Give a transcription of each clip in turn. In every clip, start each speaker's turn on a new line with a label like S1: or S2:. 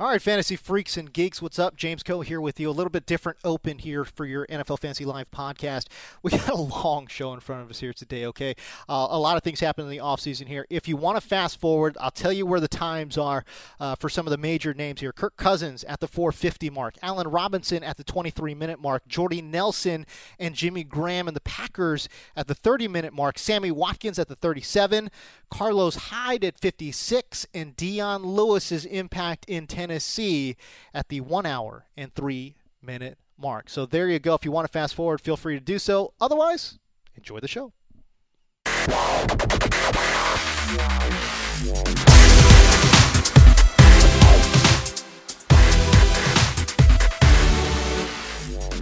S1: All right, fantasy freaks and geeks, what's up? James Coe here with you. A little bit different open here for your NFL Fantasy Live podcast. We got a long show in front of us here today, okay? Uh, a lot of things happen in the offseason here. If you want to fast forward, I'll tell you where the times are uh, for some of the major names here. Kirk Cousins at the 450 mark, Allen Robinson at the 23 minute mark, Jordy Nelson and Jimmy Graham and the Packers at the 30 minute mark, Sammy Watkins at the 37, Carlos Hyde at 56, and Dion Lewis's impact in Tennessee at the one hour and three minute mark. So there you go. If you want to fast forward, feel free to do so. Otherwise, enjoy the show.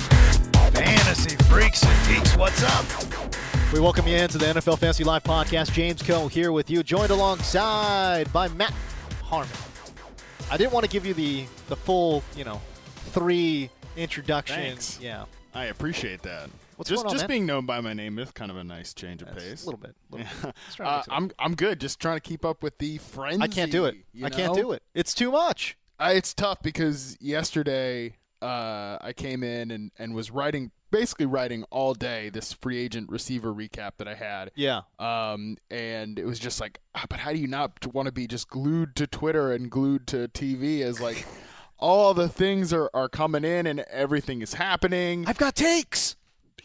S2: Fantasy freaks and geeks, what's up?
S1: We welcome you into the NFL Fantasy Live podcast. James Coe here with you, joined alongside by Matt Harmon. I didn't want to give you the the full, you know, three introductions.
S2: Thanks.
S1: Yeah,
S2: I appreciate that.
S1: What's
S2: just
S1: going on,
S2: just
S1: man?
S2: being known by my name is kind of a nice change of
S1: that's
S2: pace.
S1: a little bit. little bit. Let's try to
S2: Uh,
S1: mix it up.
S2: I'm I'm good. Just trying to keep up with the frenzy.
S1: I can't do it.
S2: you
S1: I can't
S2: know?
S1: do it. It's too much.
S2: I, it's tough because yesterday uh, I came in and, and was writing basically writing all day this free agent receiver recap that I had.
S1: Yeah.
S2: Um, and it was just like, ah, but how do you not want to be just glued to Twitter and glued to TV as like all the things are, are coming in and everything is happening.
S1: I've got takes.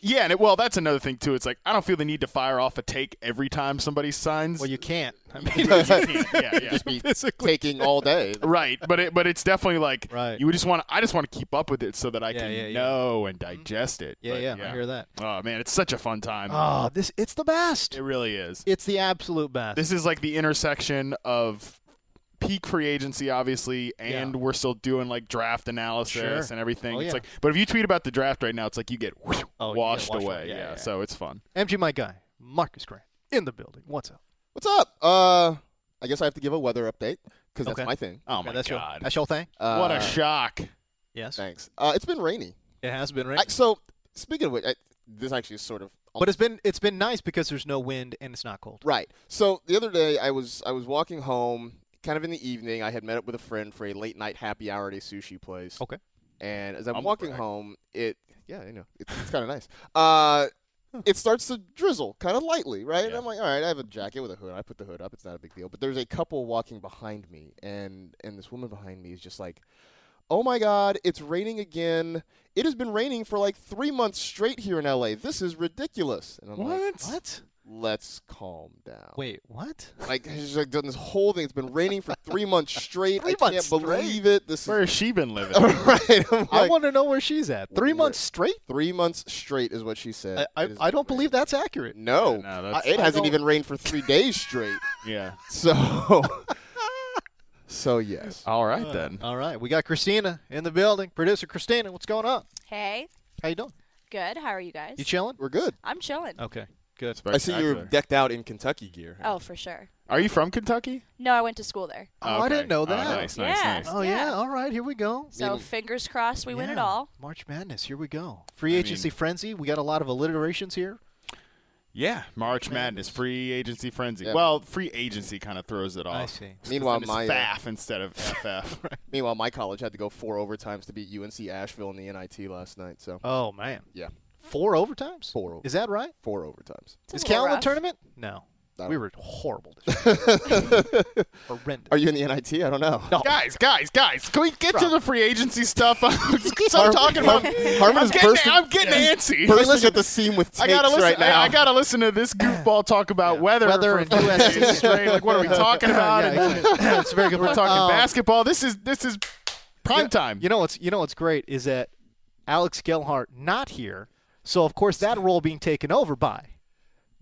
S2: Yeah, and it, well, that's another thing too. It's like I don't feel the need to fire off a take every time somebody signs.
S1: Well, you can't. I mean,
S2: yeah, yeah.
S3: just be taking all day.
S2: right, but it, but it's definitely like
S1: Right.
S2: you would just want. I just want to keep up with it so that I
S1: Yeah,
S2: can
S1: yeah, yeah.
S2: know and digest it.
S1: yeah,
S2: But,
S1: yeah, I hear that.
S2: Oh man, it's such a fun time.
S1: Oh, this it's the best.
S2: it really is.
S1: It's the absolute best.
S2: This is like the intersection of peak free agency, obviously, and
S1: Yeah.
S2: we're still doing like draft analysis
S1: Sure.
S2: and everything.
S1: Oh,
S2: it's
S1: yeah.
S2: like, but if you tweet about the draft right now, it's like you get whew,
S1: Oh, you get
S2: washed,
S1: washed
S2: away.
S1: away. Yeah,
S2: yeah,
S1: yeah.
S2: so it's fun.
S1: MG, my guy, Marcus Grant in the building. What's up?
S3: What's up? Uh, I guess I have to give a weather update because that's
S1: Okay.
S3: my thing.
S2: Oh
S1: Okay,
S2: my
S1: that's Your,
S2: god,
S1: that's your thing.
S3: Uh,
S2: what a shock!
S1: Yes,
S3: Thanks. Uh, it's been rainy.
S1: it has been
S3: I,
S1: right.
S3: so speaking of which, I, this actually is sort of
S1: But it's been it's been nice because there's no wind and it's not cold.
S3: right. So the other day, I was I was walking home, kind of in the evening. I had met up with a friend for a late night happy hour at a sushi place.
S1: Okay.
S3: And as I'm
S2: I'm
S3: walking
S2: back.
S3: home, it yeah, you know, it's, it's kind of nice. Uh, it starts to drizzle kind of lightly, right? And I'm like, all right, I have a jacket with a hood. I put the hood up. It's not a big deal. But there's a couple walking behind me, and and this woman behind me is just like, oh my god, it's raining again. It has been raining for like three months straight here in LA. This is ridiculous. And I'm like,
S1: What?
S3: let's calm down.
S1: Wait, what?
S3: Like she's like done this whole thing. It's been raining for three months straight.
S1: Three
S3: I
S1: months
S3: can't believe it. This
S2: Where
S3: is
S2: has she been living?
S3: right. I'm
S1: I
S3: like,
S1: want to know where she's at. Three
S3: Wh-
S1: months straight.
S3: three months straight is what she said.
S1: I, I,
S3: It is
S1: I don't
S3: raining.
S1: believe that's accurate.
S3: No,
S2: Yeah, no,
S3: I-
S2: that's-
S3: it
S1: I
S3: hasn't
S1: don't-
S3: even rained for three days straight.
S2: yeah.
S3: So, so yes.
S1: Oh,
S2: All right then.
S1: All right, we got Christina in the building. Producer Christina, what's going on?
S4: Hey,
S1: How you doing?
S4: good. How are you guys?
S1: You chilling?
S3: We're good.
S4: I'm chilling.
S1: Okay, good.
S3: I see you're
S2: Spectacular.
S3: decked out in Kentucky gear.
S4: Oh, for sure.
S2: Are you from Kentucky?
S4: No, I went to school there.
S1: Oh, I didn't know
S2: Oh,
S1: that.
S2: nice, nice,
S4: Yeah.
S2: nice.
S1: Oh yeah.
S4: Yeah.
S1: All right, here we go.
S4: So
S3: Meaning-
S4: fingers crossed we win it
S1: Yeah,
S4: all.
S1: March Madness. Here we go. Free
S2: I
S1: agency
S2: mean-
S1: frenzy. We got a lot of alliterations here.
S2: Yeah, March Madness, free agency frenzy.
S3: Yeah.
S2: Well, free agency kind of throws it off.
S1: I see.
S2: Just 'cause
S3: Meanwhile,
S2: then
S3: my, uh,
S2: it's FAF instead of FF. Right?
S3: Meanwhile, my college had to go four overtimes to beat UNC Asheville in the NIT last night. So
S1: Oh man,
S3: yeah,
S1: four overtimes.
S3: Four over-
S1: Is that right?
S3: four overtimes.
S4: It's a
S1: Is
S4: little
S1: Cal in the
S4: rough.
S1: tournament? No,
S3: I
S1: we
S3: don't-
S1: were horrible. This year. Horrendous.
S3: Are you in the NIT? I don't know. No.
S2: Guys, guys, guys! Can we get to the free agency stuff? I'm
S3: Har-
S2: talking
S3: Har-
S2: about.
S3: Harmon
S2: I'm
S3: is
S2: getting,
S3: bursting-
S2: I'm getting antsy.
S3: Bursting at the seam with takes
S2: I gotta listen.
S3: right now.
S2: I, I gotta listen to this goofball talk about weather,
S1: Weather
S2: for
S1: and
S2: two
S1: USC.
S2: days straight. Like, what are we talking about?
S1: Yeah,
S2: And
S1: exactly. That's a very good.
S2: We're
S1: point.
S2: talking
S1: Um,
S2: basketball. This is this is prime time.
S1: You know what's you know what's great is that Alex Gelhart not here, so of course that role being taken over by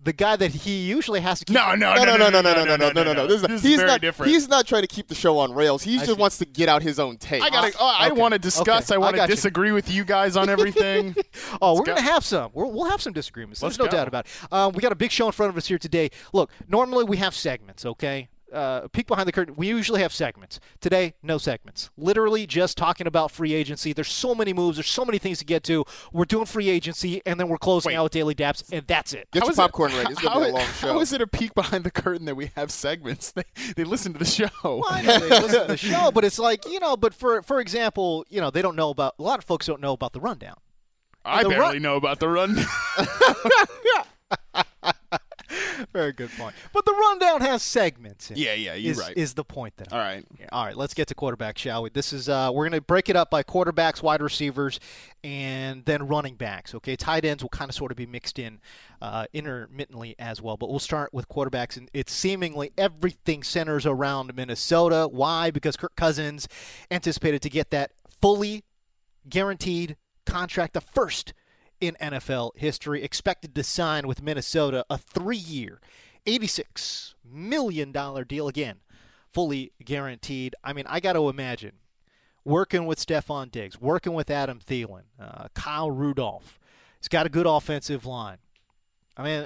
S1: the guy that he usually has to. Keep
S2: no, no,
S3: no, no, no, no, no, no, no, no, no, no. This is, he's
S2: very
S3: not,
S2: different.
S3: He's not trying to keep the show on rails. He just
S1: see.
S3: wants to get out his own take.
S2: I gotta. Oh, I
S1: Okay.
S2: want to discuss.
S1: Okay.
S2: I want
S1: I
S2: to
S1: got you.
S2: disagree with you guys on everything.
S1: Oh, we're gonna have some. We're, we'll have some disagreements. There's no
S2: Let's go.
S1: doubt about it. Um, we got a big show in front of us here today. Look, normally we have segments, okay? Uh, peek behind the curtain. We usually have segments. Today, no segments. Literally just talking about free agency. There's so many moves. There's so many things to get to. We're doing free agency, and then we're closing
S2: Wait.
S1: out with daily daps, and that's it.
S3: get
S2: How
S3: your
S2: is it-
S3: popcorn ready. It's gonna
S2: how-
S3: be a long show.
S2: How is it a peek behind the curtain that we have segments? They, they listen to the show.
S1: I know they listen to the show, but it's like you know. But for for example, you know, they don't know about a lot of folks don't know about the rundown.
S2: I
S1: The
S2: barely
S1: run-
S2: know about the run.
S1: Very good point. But the rundown has segments. In it,
S2: Yeah, yeah, you're
S1: is,
S2: right.
S1: Is the point that? I'm
S2: All right.
S1: Yeah. All right, let's get to quarterback, shall we? This is uh, we're going to break it up by quarterbacks, wide receivers, and then running backs. Okay, tight ends will kind of sort of be mixed in uh, intermittently as well, but we'll start with quarterbacks, and it's seemingly everything centers around Minnesota. Why? Because Kirk Cousins anticipated to get that fully guaranteed contract, the first in NFL history, expected to sign with Minnesota a three-year, eighty-six million dollar deal again fully guaranteed. I mean, I got to imagine working with Stefan Diggs, working with Adam Thielen, uh, Kyle Rudolph. He's got a good offensive line. I mean,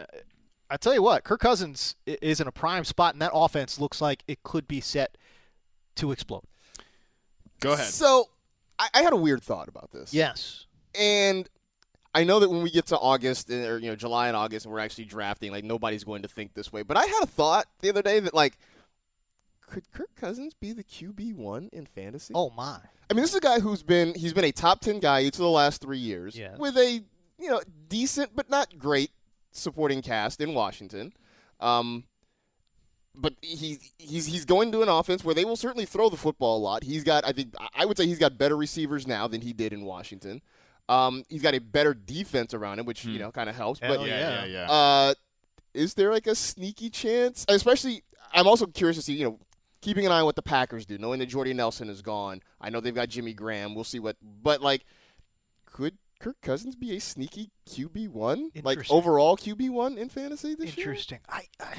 S1: I tell you what, Kirk Cousins i- is in a prime spot, and that offense looks like it could be set to explode.
S2: Go ahead.
S3: So, I, I had a weird thought about this.
S1: Yes.
S3: and I know that when we get to August uh, or you know July and August, and we're actually drafting, like nobody's going to think this way. But I had a thought the other day that like, could Kirk Cousins be the QB one in fantasy?
S1: Oh my.
S3: I mean, this is a guy who's been he's been a top ten guy each of the last three years
S1: Yes.
S3: with a you know decent but not great supporting cast in Washington. Um, but he he's he's going to an offense where they will certainly throw the football a lot. He's got I think I- I would say he's got better receivers now than he did in Washington. Um, he's got a better defense around him, which you know kind of helps.
S1: Hmm. Hell
S3: but
S2: yeah, yeah, yeah.
S3: uh, is there like a sneaky chance? Especially, I'm also curious to see, you know, keeping an eye on what the Packers do, knowing that Jordy Nelson is gone. I know they've got Jimmy Graham. We'll see what, but like, could Kirk Cousins be a sneaky QB one, like
S1: Interesting.
S3: overall QB one in fantasy this year?
S1: Interesting. I, I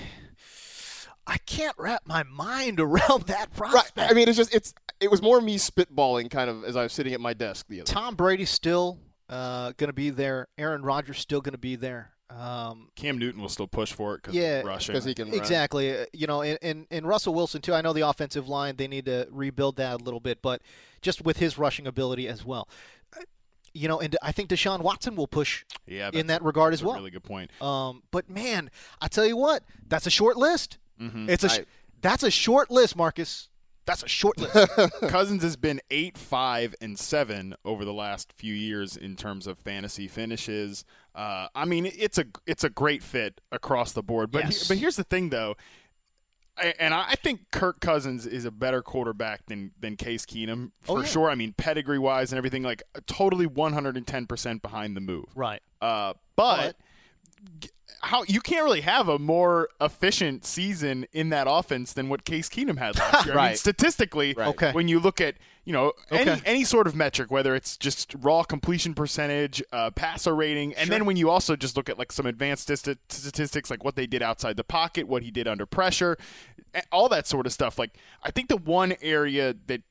S1: I can't wrap my mind around that
S3: Right.
S1: prospect.
S3: I mean, it's just it's it was more me spitballing kind of as I was sitting at my desk the other.
S1: Tom Brady's still uh, going to be there. Aaron Rodgers still going to be there. Um,
S2: Cam Newton will still push for it because
S1: Yeah,
S2: Russia.
S3: Because he can run.
S1: exactly. Uh, You know, and, and, and Russell Wilson, too. I know the offensive line, they need to rebuild that a little bit, but just with his rushing ability as well. Uh, You know, and I think Deshaun Watson will push
S2: yeah,
S1: in
S2: that's-
S1: that regard as
S2: that's a
S1: well.
S2: Really good point.
S1: Um, but man, I tell you what, that's a short list.
S2: Mm-hmm.
S1: It's a sh-
S3: I-
S1: that's a short list, Marcus. That's a short list.
S2: Cousins has been eight, five, and seven over the last few years in terms of fantasy finishes. Uh, I mean, it's a it's a great fit across the board. But
S1: Yes.
S2: but here's the thing, though, I- and I think Kirk Cousins is a better quarterback than than Case Keenum
S1: Oh,
S2: for sure. I mean, pedigree wise and everything, like totally 110 percent behind the move.
S1: right.
S2: Uh, but g- how you can't really have a more efficient season in that offense than what Case Keenum had last year. I mean,
S3: Right.
S2: statistically,
S3: Right.
S1: Okay.
S2: when you look at you know any,
S1: Okay.
S2: any sort of metric, whether it's just raw completion percentage, uh, passer rating, and then when you also just look at like some advanced stati- statistics, like what they did outside the pocket, what he did under pressure, a- all that sort of stuff. Like I think the one area that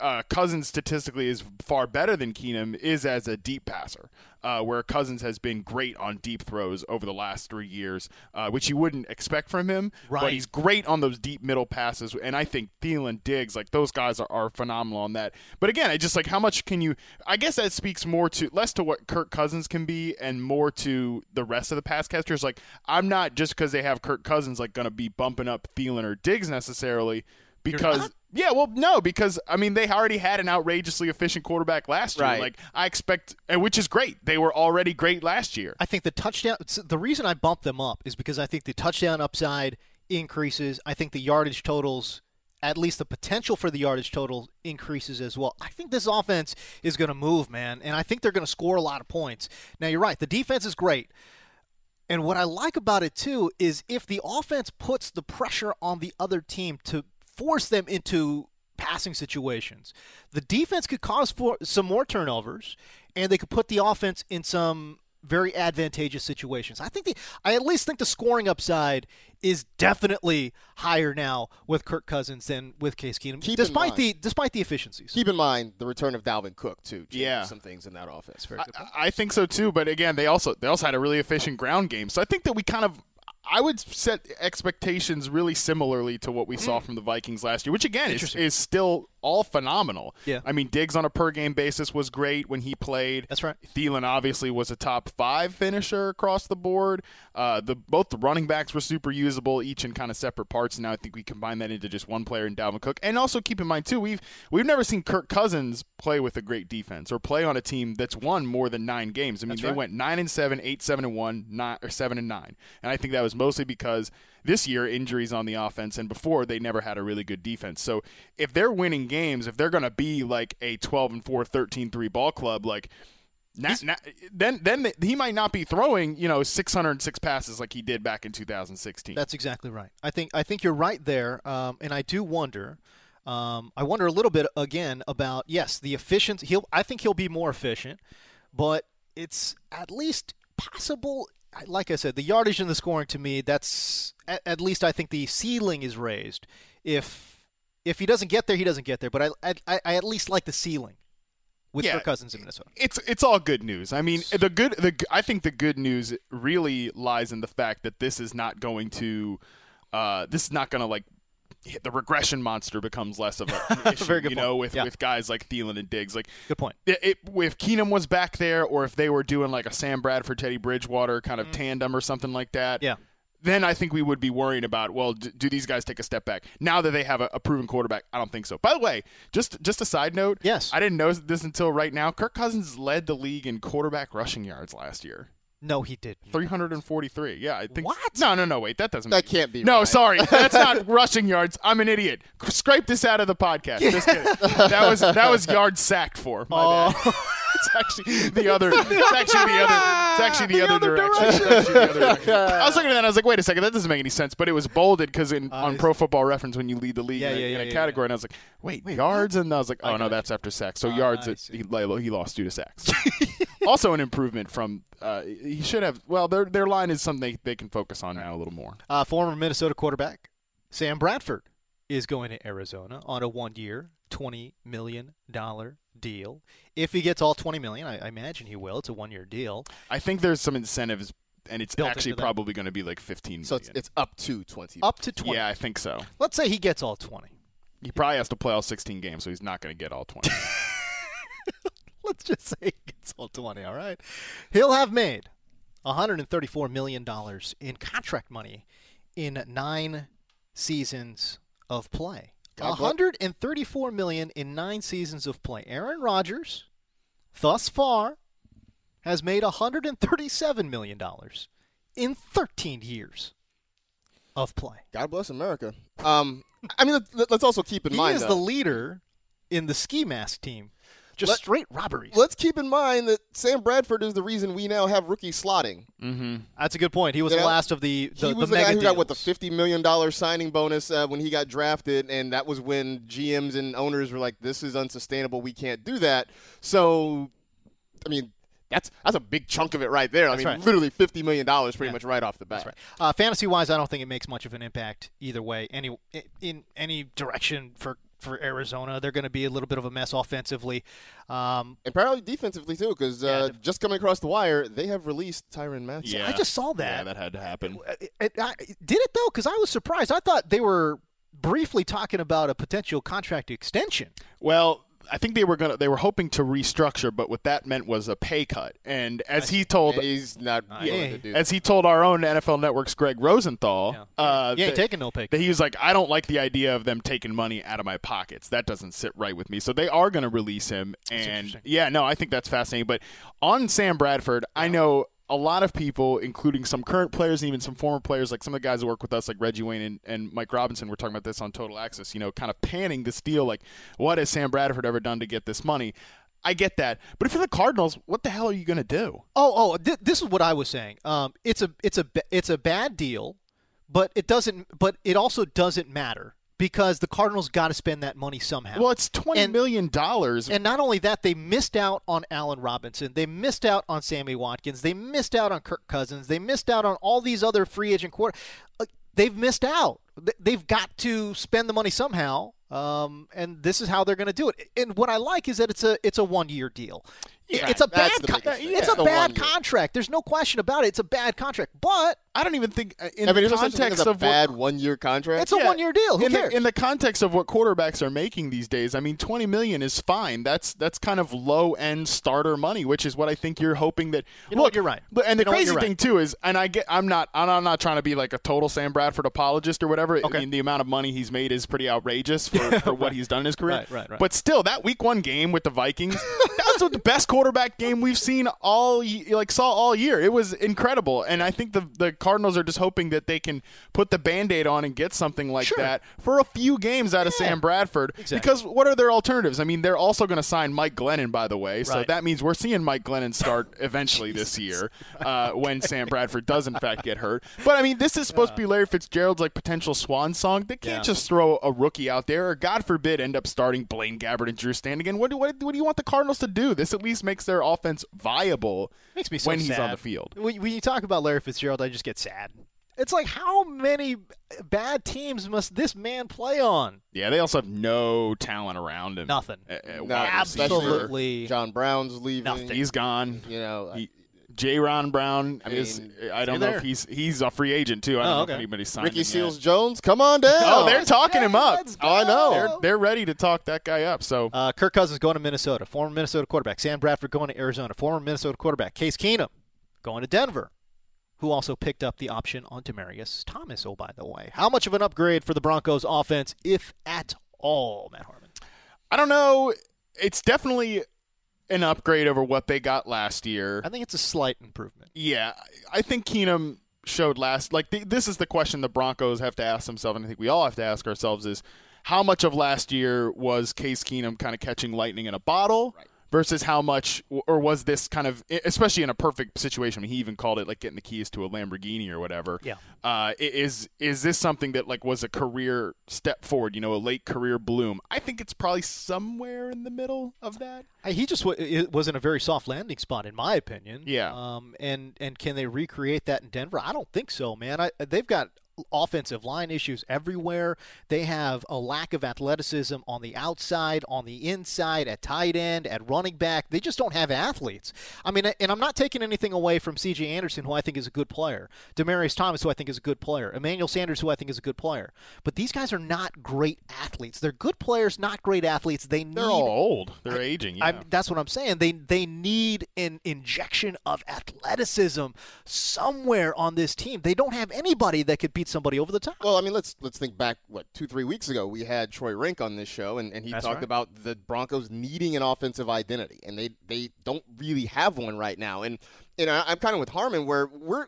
S2: uh, Cousins statistically is far better than Keenum is as a deep passer, uh, where Cousins has been great on deep throws over the last three years, uh, which you wouldn't expect from him.
S1: Right.
S2: But he's great on those deep middle passes, and I think Thielen, Diggs, like those guys are, are phenomenal on that. But again, I just like how much can you? I guess that speaks more to less to what Kirk Cousins can be, and more to the rest of the pass catchers. Like I'm not just because they have Kirk Cousins like going to be bumping up Thielen or Diggs necessarily because yeah, well, no, because I mean they already had an outrageously efficient quarterback last year.
S3: Right.
S2: Like I expect, and which is great. They were already great last year.
S1: I think the touchdown. s- The reason I bumped them up is because I think the touchdown upside increases. I think the yardage totals, at least the potential for the yardage total, increases as well. I think this offense is going to move, man, and I think they're going to score a lot of points. Now you're right. The defense is great. And what I like about it too is if the offense puts the pressure on the other team to force them into passing situations, the defense could cause for some more turnovers, and they could put the offense in some very advantageous situations. I think the I at least think the scoring upside is definitely higher now with Kirk Cousins than with Case Keenum,
S3: Keep in
S1: despite
S3: mind-
S1: the despite the efficiencies.
S3: Keep in mind the return of Dalvin Cook too. changes
S2: Yeah.
S3: some things in that offense.
S1: Very
S2: I,
S1: good point.
S2: I think so too. But again, they also they also had a really efficient ground game. So I think that we kind of. I would set expectations really similarly to what we saw from the Vikings last year, which again is,
S1: Mm. Interesting.
S2: is still all phenomenal.
S1: Yeah.
S2: I mean, Diggs on a per game basis was great when he played.
S1: That's right.
S2: Thielen obviously was a top five finisher across the board. Uh, the both the running backs were super usable, each in kind of separate parts. And now I think we combine that into just one player in Dalvin Cook. And also keep in mind too, we've we've never seen Kirk Cousins play with a great defense or play on a team that's won more than nine games. I mean, they went nine and seven, eight seven and one, nine or seven and nine. And I think that was mostly because this year injuries on the offense and before they never had a really good defense. So if they're winning games, if they're going to be like a 12 and 4 13 3 ball club like na- na- then then th- he might not be throwing, you know, 606 passes like he did back in 2016.
S1: That's exactly right. I think I think you're right there, um, and I do wonder. Um, I wonder a little bit again about yes, the efficiency. He'll I think he'll be more efficient, but it's at least possible. I- Like I said, the yardage and the scoring to me, that's at, at least I think the ceiling is raised. If if he doesn't get there, he doesn't get there. But I I, I- I at least like the ceiling with
S2: Yeah.
S1: Kirk Cousins in Minnesota.
S2: it's it's all good news. I mean, the good the g- I think the good news really lies in the fact that this is not going to uh this is not going to like hit the regression monster becomes less of a issue,
S1: Very good
S2: you know,
S1: point.
S2: with
S1: Yeah.
S2: with guys like Thielen and Diggs. Like
S1: Good point.
S2: it, it, if Keenum was back there, or if they were doing like a Sam Bradford, Teddy Bridgewater kind of tandem or something like that,
S1: Mm. Yeah.
S2: then I think we would be worrying about well, d- do these guys take a step back now that they have a, a proven quarterback? I don't think so. By the way, just just a side note,
S1: Yes.
S2: I didn't know this until right now. Kirk Cousins led the league in quarterback rushing yards last year.
S1: No, he did.
S2: 343. Yeah, I think.
S1: What?
S2: No, no, no. Wait, that doesn't.
S3: That
S2: make-
S3: can't be
S2: No,
S3: right.
S2: sorry, that's not rushing yards. I'm an idiot. Scrape this out of the podcast. Just kidding. That was that was yards sacked for. My
S1: Oh.
S2: bad. It's actually the other. It's actually the other. It's actually the, other, direction. It's actually the other direction. I was looking at that. and I was like, wait a second, that doesn't make any sense. But it was bolded because in on Pro Football Reference, when you lead the league
S1: Yeah,
S2: in, a-
S1: yeah,
S2: in
S1: yeah,
S2: a
S1: yeah,
S2: category, and I was like, wait, yards, and I was like, oh no, that's after sacks. So yards,
S1: Ah, I
S2: it,
S1: see.
S2: he, li- he lost due to sacks. also, an improvement from uh, he should have. Well, their their line is something they, they can focus on now a little more.
S1: Uh, former Minnesota quarterback Sam Bradford is going to Arizona on a one-year, twenty million dollar deal. If he gets all twenty million, I, I imagine he will. It's a one-year deal.
S2: I think there's some incentives, and it's
S1: Built
S2: actually
S1: into that.
S2: probably going to be like 15
S3: So it's,
S2: million.
S3: it's up to twenty.
S1: Up to twenty.
S2: yeah, I think so.
S1: Let's say he gets all twenty.
S2: He probably has to play all 16 games, so he's not going to get all 20.
S1: Let's just say he gets all twenty. All right, he'll have made one hundred and thirty-four million dollars in contract money in nine seasons of play.
S3: God bless-
S1: 134 million in 9 seasons of play. Aaron Rodgers thus far has made 137 million dollars in 13 years of play.
S3: God bless America. Um, I mean, let, let's also keep in
S1: He
S3: mind
S1: is
S3: though,
S1: the leader in the ski mask team. Just
S3: Let-
S1: straight robberies.
S3: Let's keep in mind that Sam Bradford is the reason we now have rookie slotting.
S1: That's a good point. He was
S3: You
S1: the
S3: know,
S1: last of the the,
S3: he was the,
S1: mega
S3: guy who got what the
S1: deals.
S3: fifty million dollar signing bonus uh, when he got drafted, and that was when GMs and owners were like, "This is unsustainable. We can't do that." So, I mean, that's that's a big chunk of it right there. I mean,
S1: right.
S3: literally fifty million dollars, pretty much right off the bat.
S1: That's right. Uh, fantasy wise, I don't think it makes much of an impact either way, any in any direction for for Arizona. They're going to be a little bit of a mess offensively. Um,
S3: And apparently defensively too, because
S1: Yeah,
S3: uh,
S1: the-
S3: just coming across the wire, they have released Tyron Matthew.
S2: Yeah.
S1: I just saw that.
S2: Yeah, that had to happen.
S1: And I, did it though? Because I was surprised. I thought they were briefly talking about a potential contract extension.
S2: Well, I think they were gonna they were hoping to restructure, but what that meant was a pay cut. And as he told
S3: And he's not willing
S1: yeah.
S3: to do that.
S2: as he told our own NFL Network's Greg Rosenthal, uh,
S1: You ain't
S2: that-
S1: taking no pay.
S2: that he was like, I don't like the idea of them taking money out of my pockets. That doesn't sit right with me. So they are going to release him. And
S1: interesting.
S2: yeah, no, I think that's fascinating. But on Sam Bradford, I know a lot of people, including some current players and even some former players, like some of the guys that work with us, like Reggie Wayne and, and Mike Robinson, were talking about this on Total Access, you know, kind of panning this deal. Like, what has Sam Bradford ever done to get this money? I get that. But if you're the Cardinals, what the hell are you going to do?
S1: Oh, oh, th- this is what I was saying. Um, it's a, it's a, ba- it's a bad deal, but it doesn't, but it also doesn't matter because the Cardinals got to spend that money somehow.
S2: Well, it's twenty
S1: And-
S2: million dollars
S1: And not only that, they missed out on Allen Robinson. They missed out on Sammy Watkins. They missed out on Kirk Cousins. They missed out on all these other free agent quarter. uh, They've missed out. Th- They've got to spend the money somehow. Um, and this is how they're going to do it. And what I like is that it's a it's a one year deal.
S2: Yeah,
S1: it's a bad
S3: that's the
S1: con-
S3: biggest thing.
S1: it's
S3: Yeah.
S1: a
S3: The one
S1: bad
S3: year.
S1: contract. There's no question about it. It's a bad contract. But
S2: I don't even think uh, in
S3: I mean,
S2: the
S3: there's no such
S2: context
S3: thing as
S2: of
S3: a
S2: what-
S3: bad one-year contract.
S1: it's a one year deal. Who
S2: in
S1: cares?
S2: The, in the context of what quarterbacks are making these days, I mean, twenty million is fine. That's that's kind of low end starter money, which is what I think you're hoping that.
S1: You know
S2: look,
S1: what, you're right.
S2: but- And the
S1: You know what,
S2: crazy
S1: you're
S2: thing
S1: right.
S2: too is, and I get, I'm not, I'm I'm not trying to be like a total Sam Bradford apologist or whatever. I mean, the amount of money he's made is pretty outrageous for, for what he's done in his career.
S1: Right, right, right.
S2: But still, that Week One game with the Vikings, that was the best quarterback game we've seen all, ye- like saw all year. It was incredible, and I think the the Cardinals are just hoping that they can put the Band-Aid on and get something like
S1: Sure.
S2: that for a few games out of Sam Bradford.
S1: Exactly.
S2: Because what are their alternatives? I mean, they're also going to sign Mike Glennon, by the way. So
S1: Right.
S2: that means we're seeing Mike Glennon start eventually this year uh, when Sam Bradford does, in fact, get hurt. But I mean, this is supposed to be Larry Fitzgerald's like potential swan song. They can't just throw a rookie out there, or God forbid, end up starting Blaine Gabbert and Drew Standigan. What do, what, do- what do you want the Cardinals to do? This at least makes their offense viable
S1: Makes me so
S2: when he's
S1: sad.
S2: on the field.
S1: When, when you talk about Larry Fitzgerald, I just get sad. It's like how many bad teams must this man play on?
S2: Yeah, they also have no talent around him.
S1: Nothing.
S2: Uh, uh,
S3: No,
S2: wide receiver.
S3: especially
S1: Absolutely
S3: John Brown's leaving.
S1: nothing.
S2: He's gone.
S3: You know, I-
S2: J. Ron Brown
S3: I mean,
S2: is. I
S3: is
S2: don't
S3: he
S2: know
S3: there?
S2: if he's he's a free agent too. I don't
S1: Oh,
S2: know
S1: okay.
S2: if anybody's signed
S3: Ricky
S2: him yet.
S3: Seals Jones, come on down.
S2: Oh, they're talking him up.
S1: let's
S2: Oh, I know.
S1: go.
S2: They're, they're ready to talk that guy up. So
S1: Uh, Kirk Cousins going to Minnesota. Former Minnesota quarterback Sam Bradford going to Arizona. Former Minnesota quarterback Case Keenum going to Denver, who also picked up the option on Demarius Thomas. Oh, by the way, how much of an upgrade for the Broncos offense, if at all, Matt Harmon?
S2: I don't know. It's definitely an upgrade over what they got last year.
S1: I think it's a slight improvement.
S2: Yeah, I- I think Keenum showed last. Like th- this is the question the Broncos have to ask themselves, and I think we all have to ask ourselves: is how much of last year was Case Keenum kind of catching lightning in a bottle? Versus how much, or was this kind of, e, especially in a perfect situation? I mean, he even called it like getting the keys to a Lamborghini or whatever.
S1: Yeah.
S2: Uh, i- is is this something that like was a career step forward? You know, a late career bloom. I think it's probably somewhere in the middle of that.
S1: Uh, He just w- it was in a very soft landing spot, in my opinion.
S2: Yeah.
S1: Um. And and can they recreate that in Denver? I don't think so, man. I they've got offensive line issues everywhere. They have a lack of athleticism on the outside, on the inside, at tight end, at running back. They just don't have athletes. I mean, and I'm not taking anything away from C.J. Anderson, who I think is a good player, Demarius Thomas, who I think is a good player, Emmanuel Sanders, who I think is a good player. But these guys are not great athletes. They're good players, not great athletes. They need
S2: They're all old. They're aging. Yeah.
S1: I'm, that's what I'm saying. They they need an injection of athleticism somewhere on this team. They don't have anybody that could beat somebody over the top.
S3: Well, I mean, let's let's think back. What two, three weeks ago, we had Troy Rink on this show, and, and he
S1: That's
S3: talked
S1: right.
S3: about the Broncos needing an offensive identity, and they they don't really have one right now. And and I, I'm kind of with Harmon, where we're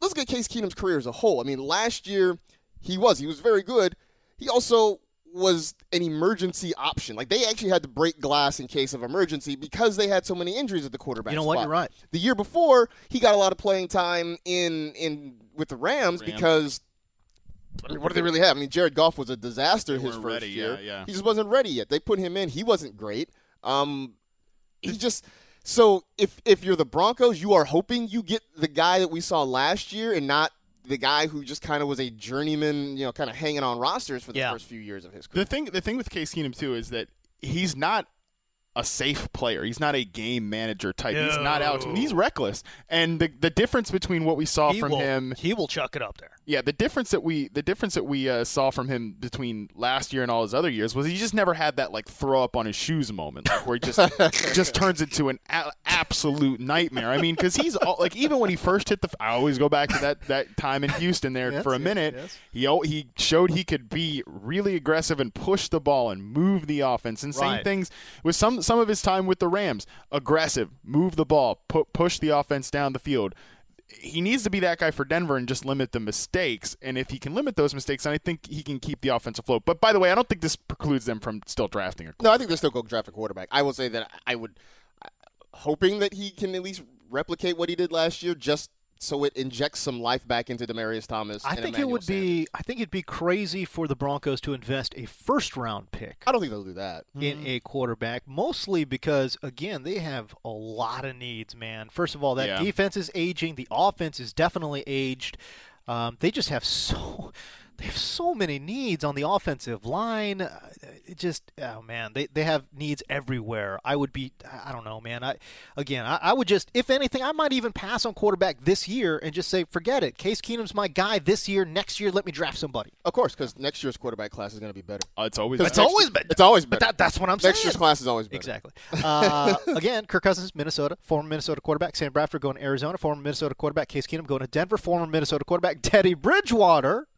S3: let's look at Case Keenum's career as a whole. I mean, last year he was he was very good. He also was an emergency option. Like they actually had to break glass in case of emergency because they had so many injuries at the quarterback.
S1: You know what?
S3: spot.
S1: You're right.
S3: The year before, he got a lot of playing time in in with the Rams. because I mean, what do they really have? I mean, Jared Goff was a disaster his
S2: weren't
S3: first
S2: ready,
S3: year.
S2: yeah, yeah.
S3: He just wasn't ready yet. They put him in. He wasn't great. Um, he just so if if you're the Broncos, you are hoping you get the guy that we saw last year and not the guy who just kind of was a journeyman, you know, kind of hanging on rosters for the
S1: Yeah.
S3: first few years of his career.
S2: The thing, the thing with Case Keenum too is that he's not a safe player. He's not a game manager type. He's not out.
S1: No.
S2: He's reckless. And the the difference between what we saw
S1: he
S2: from
S1: will,
S2: him,
S1: He will chuck it up there.
S2: yeah, the difference that we the difference that we uh, saw from him between last year and all his other years was he just never had that like throw up on his shoes moment, like, where he just just turns into an a- absolute nightmare. I mean, because he's all, like even when he first hit the, f- I always go back to that that time in Houston there for a minute.
S1: yes.
S2: He al- he showed he could be really aggressive and push the ball and move the offense. And same
S1: Right.
S2: things with some some of his time with the Rams, aggressive, move the ball, pu- push the offense down the field. He needs to be that guy for Denver and just limit the mistakes. And if he can limit those mistakes, then I think he can keep the offense afloat. But by the way, I don't think this precludes them from still drafting a
S3: No, I think they're still going to draft a quarterback. I will say that I would, uh, hoping that he can at least replicate what he did last year, just so it injects some life back into Demarius Thomas.
S1: I
S3: and
S1: think it
S3: Emmanuel
S1: would be. I think it'd be crazy for the Broncos to invest a first round pick
S3: Sanders. I don't think they'll do that.
S1: in a quarterback, mostly because again they have a lot of needs. Man, first of all, that
S2: Yeah.
S1: defense is aging. The offense is definitely aged. Um, they just have so. They have so many needs on the offensive line. Uh, It just, oh man, they, they have needs everywhere. I would be, I I don't know, man. I again, I, I would just, if anything, I might even pass on quarterback this year and just say, forget it. Case Keenum's my guy this year. Next year, let me draft somebody.
S3: Of course, because next year's quarterback class is going to be better.
S2: Uh, it's always
S1: It's always been.
S3: It's always better.
S1: But that, that's what I'm
S3: next
S1: saying.
S3: year's class is always better.
S1: Exactly. Uh, again, Kirk Cousins, Minnesota, former Minnesota quarterback. Sam Bradford going to Arizona, former Minnesota quarterback. Case Keenum going to Denver, former Minnesota quarterback. Teddy Bridgewater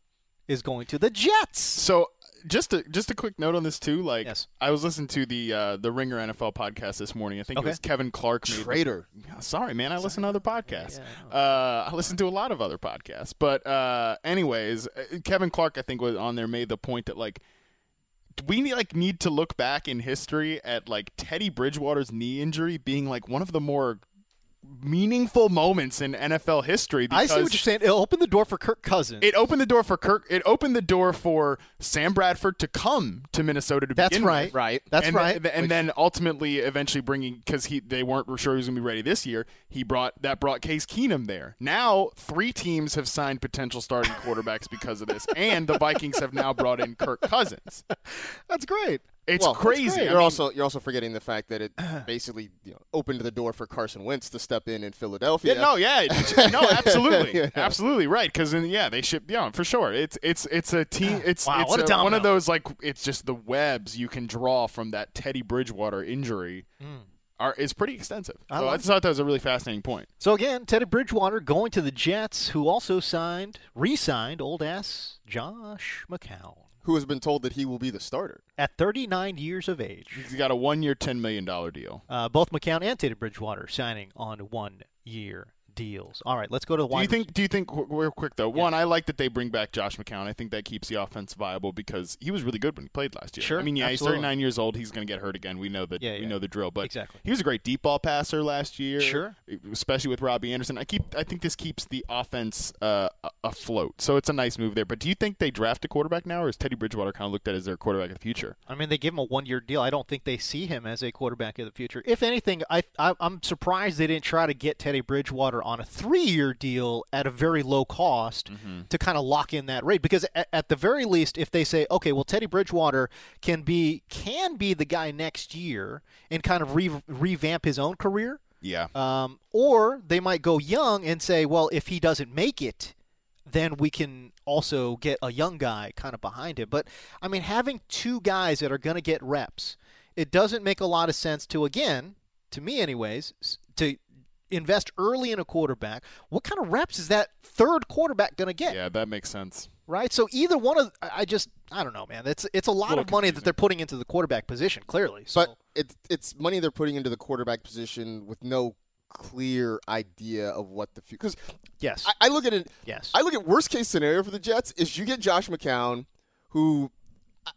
S1: is going to the Jets.
S2: So just a just a quick note on this too. Like
S1: Yes.
S2: I was listening to the uh, the Ringer NFL podcast this morning. I think
S1: Okay.
S2: it was Kevin Clark. made the-
S3: Traitor.
S2: Yeah, sorry, man. I listen to other podcasts. uh, I listen to a lot of other podcasts. But uh, anyways, uh, Kevin Clark I think was on there made the point that like we need, like need to look back in history at like Teddy Bridgewater's knee injury being like one of the more meaningful moments in NFL history.
S1: I
S2: Because
S1: see what you're saying. It'll open the door for Kirk Cousins.
S2: it opened the door for Kirk. It opened the door for Sam Bradford to come to Minnesota to
S1: that's
S2: begin
S1: right.
S2: with.
S3: Right.
S1: That's
S2: and
S1: right.
S2: th- and then ultimately, eventually bringing because he they weren't sure he was going to be ready this year. He brought that brought Case Keenum there. Now three teams have signed potential starting quarterbacks because of this, and the Vikings have now brought in Kirk Cousins.
S1: that's great.
S2: It's
S3: Well, that's
S2: crazy.
S3: great.
S2: I
S3: You're
S2: mean,
S3: also you're also forgetting the fact that it basically you know, opened the door for Carson Wentz to step in in Philadelphia.
S2: Yeah, no, yeah, it- no, absolutely, absolutely right. Because yeah, they ship, yeah, for sure. It's it's it's a team. It's
S1: Wow,
S2: it's
S1: what a
S2: one
S1: domino.
S2: of those like it's just the webs you can draw from that Teddy Bridgewater injury
S3: Hmm.
S2: are is pretty extensive.
S1: I
S2: so I
S1: like
S2: just thought that was a really fascinating point.
S1: So again, Teddy Bridgewater going to the Jets, who also signed, re-signed old ass Josh McCown
S3: Who has been told that he will be the starter?
S1: at 39 years of age.
S2: He's got a one year, ten million dollar deal.
S1: Uh, both McCown and Teddy Bridgewater signing on one-year deals. All right, let's go to the
S2: Do
S1: wide.
S2: you think? Do you think? qu- Real quick though, one, I like that they bring back Josh McCown. I think that keeps the offense viable because he was really good when he played last year.
S1: Sure,
S2: I mean, yeah,
S1: absolutely.
S2: he's 39 years old. He's going to get hurt again. We know that.
S1: Yeah,
S2: we
S1: yeah.
S2: know the drill. But
S1: Exactly.
S2: he was a great deep ball passer last year.
S1: Sure.
S2: especially with Robbie Anderson. I keep. I think this keeps the offense uh, a- afloat. So it's a nice move there. But do you think they draft a quarterback now, or is Teddy Bridgewater kind of looked at as their quarterback of the future?
S1: I mean, they give him a one-year deal. I don't think they see him as a quarterback of the future. If anything, I, I I'm surprised they didn't try to get Teddy Bridgewater on a three-year deal at a very low cost to kind of lock in that rate. Because at, at the very least, if they say, okay, well, Teddy Bridgewater can be can be the guy next year and kind of re- revamp his own career,
S2: Yeah.
S1: um, or they might go young and say, well, if he doesn't make it, then we can also get a young guy kind of behind him. But I mean, having two guys that are going to get reps, it doesn't make a lot of sense to, again, to me, anyways, s- to invest early in a quarterback. What kind of reps is that third quarterback going to get?
S2: Yeah, that makes sense.
S1: Right. So either one of, I I just, I don't know, man. It's it's a lot
S2: Little
S1: of money that
S2: confusing.
S1: they're putting into the quarterback position, clearly. So
S3: But it's it's money they're putting into the quarterback position with no clear idea of what the future. Because
S1: yes,
S3: I, I look at it.
S1: yes.
S3: I look at worst case scenario for the Jets is you get Josh McCown, who, uh,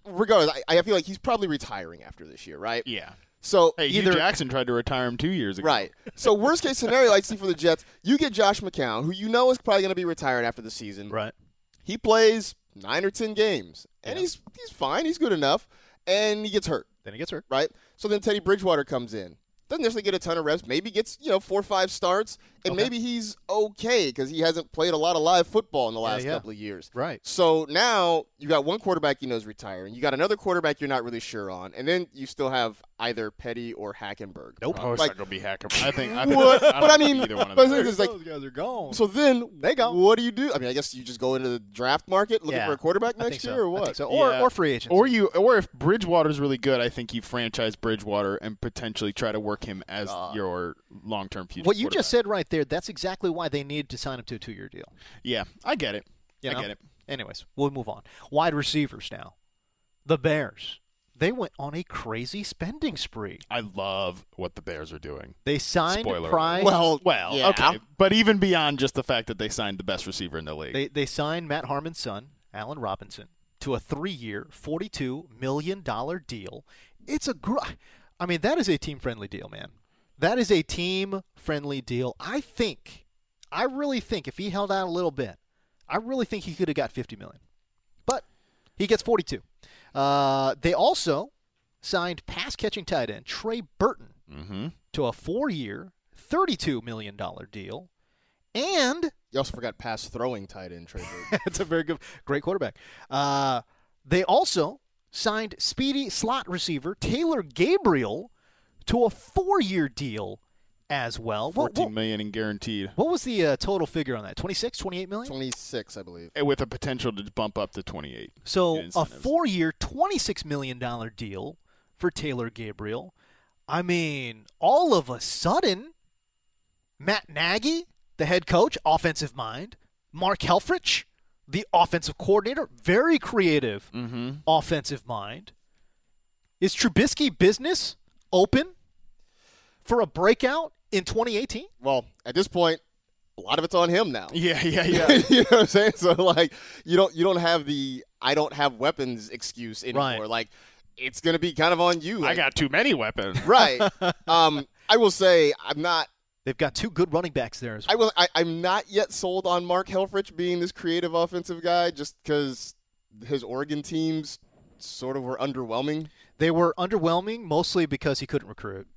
S3: regardless, I, I feel like he's probably retiring after this year, right?
S2: Yeah.
S3: So
S2: Hey,
S3: either
S2: Hugh Jackson tried to retire him two years ago.
S3: right. So worst case scenario I see for the Jets, you get Josh McCown, who you know is probably going to be retired after the season.
S1: right.
S3: He plays nine or ten games, and he's he's fine. He's good enough, and he gets hurt
S1: Then he gets hurt.
S3: right? So then Teddy Bridgewater comes in. Doesn't necessarily get a ton of reps, maybe gets, you know, four or five starts, and
S1: Okay.
S3: maybe he's okay because he hasn't played a lot of live football in the last
S1: yeah.
S3: couple of years.
S1: Right.
S3: So now you got one quarterback you know is retiring. You got another quarterback you're not really sure on, and then you still have either Petty or Hackenberg.
S1: Nope.
S2: Oh, it's
S3: Like-
S2: not gonna be hacker. I think. I think
S3: What?
S2: I don't
S3: But I
S2: think
S3: mean-
S2: either one of
S3: but
S2: them.
S3: it's like-
S1: guys are gone.
S3: So then
S1: They go.
S3: What do you do? I mean, I guess you just go into the draft market looking
S1: Yeah.
S3: for a quarterback
S1: I think
S3: next
S1: so.
S3: year, or
S1: I
S3: what?
S1: think so. Or,
S2: Yeah.
S1: or free agents.
S2: Or you, or if Bridgewater's really good, I think you franchise Bridgewater and potentially try to work him as your long-term future.
S1: what you just
S2: quarterback.
S1: said right there, that's exactly why they needed to sign him to a two year deal.
S2: Yeah, I get it.
S1: You know?
S2: I get it.
S1: Anyways, we'll move on. Wide receivers now. The Bears. They went on a crazy spending spree.
S2: I love what the Bears are doing.
S1: They signed
S2: Spoiler
S1: Price.
S2: alert.
S3: Well,
S2: Well,
S3: yeah.
S2: okay, but even beyond just the fact that they signed the best receiver in the league,
S1: They they signed Matt Harmon's son, Allen Robinson, to a three-year, forty-two million dollar deal. It's a gr- I mean, that is a team-friendly deal, man. That is a team-friendly deal. I think, I really think, if he held out a little bit, I really think he could have got fifty million. But he gets forty-two. Uh, they also signed pass-catching tight end Trey Burton
S2: mm-hmm.
S1: to a four-year, thirty-two million dollar deal, and
S3: You also forgot pass throwing tight end trade.
S1: That's a very good, great quarterback. Uh, they also signed speedy slot receiver Taylor Gabriel to a four-year deal as well. What,
S2: fourteen
S1: what,
S2: million and guaranteed,
S1: what was the uh, total figure on that? 26, 28 million?
S3: Twenty six, I believe.
S2: and eh, with a potential to bump up to twenty-eight.
S1: So
S2: in
S1: a
S2: incentives.
S1: four-year, twenty-six million dollar deal for Taylor Gabriel. I mean, all of a sudden, Matt Nagy, the head coach, offensive mind, Mark Helfrich, the offensive coordinator, very creative
S3: Mm-hmm.
S1: offensive mind. Is Trubisky business open for a breakout in 2018?
S3: Well, at this point, a lot of it's on him now.
S2: Yeah, yeah, yeah.
S3: you know what I'm saying? So like, you don't you don't have the I don't have weapons excuse anymore.
S1: Right.
S3: Like, it's gonna be kind of on you.
S2: I
S3: Like,
S2: got too many weapons.
S3: right. um, I will say I'm not.
S1: They've got two good running backs there as well.
S3: I will. I, I'm not yet sold on Mark Helfrich being this creative offensive guy, just because his Oregon teams sort of were underwhelming.
S1: They were underwhelming mostly because he couldn't recruit.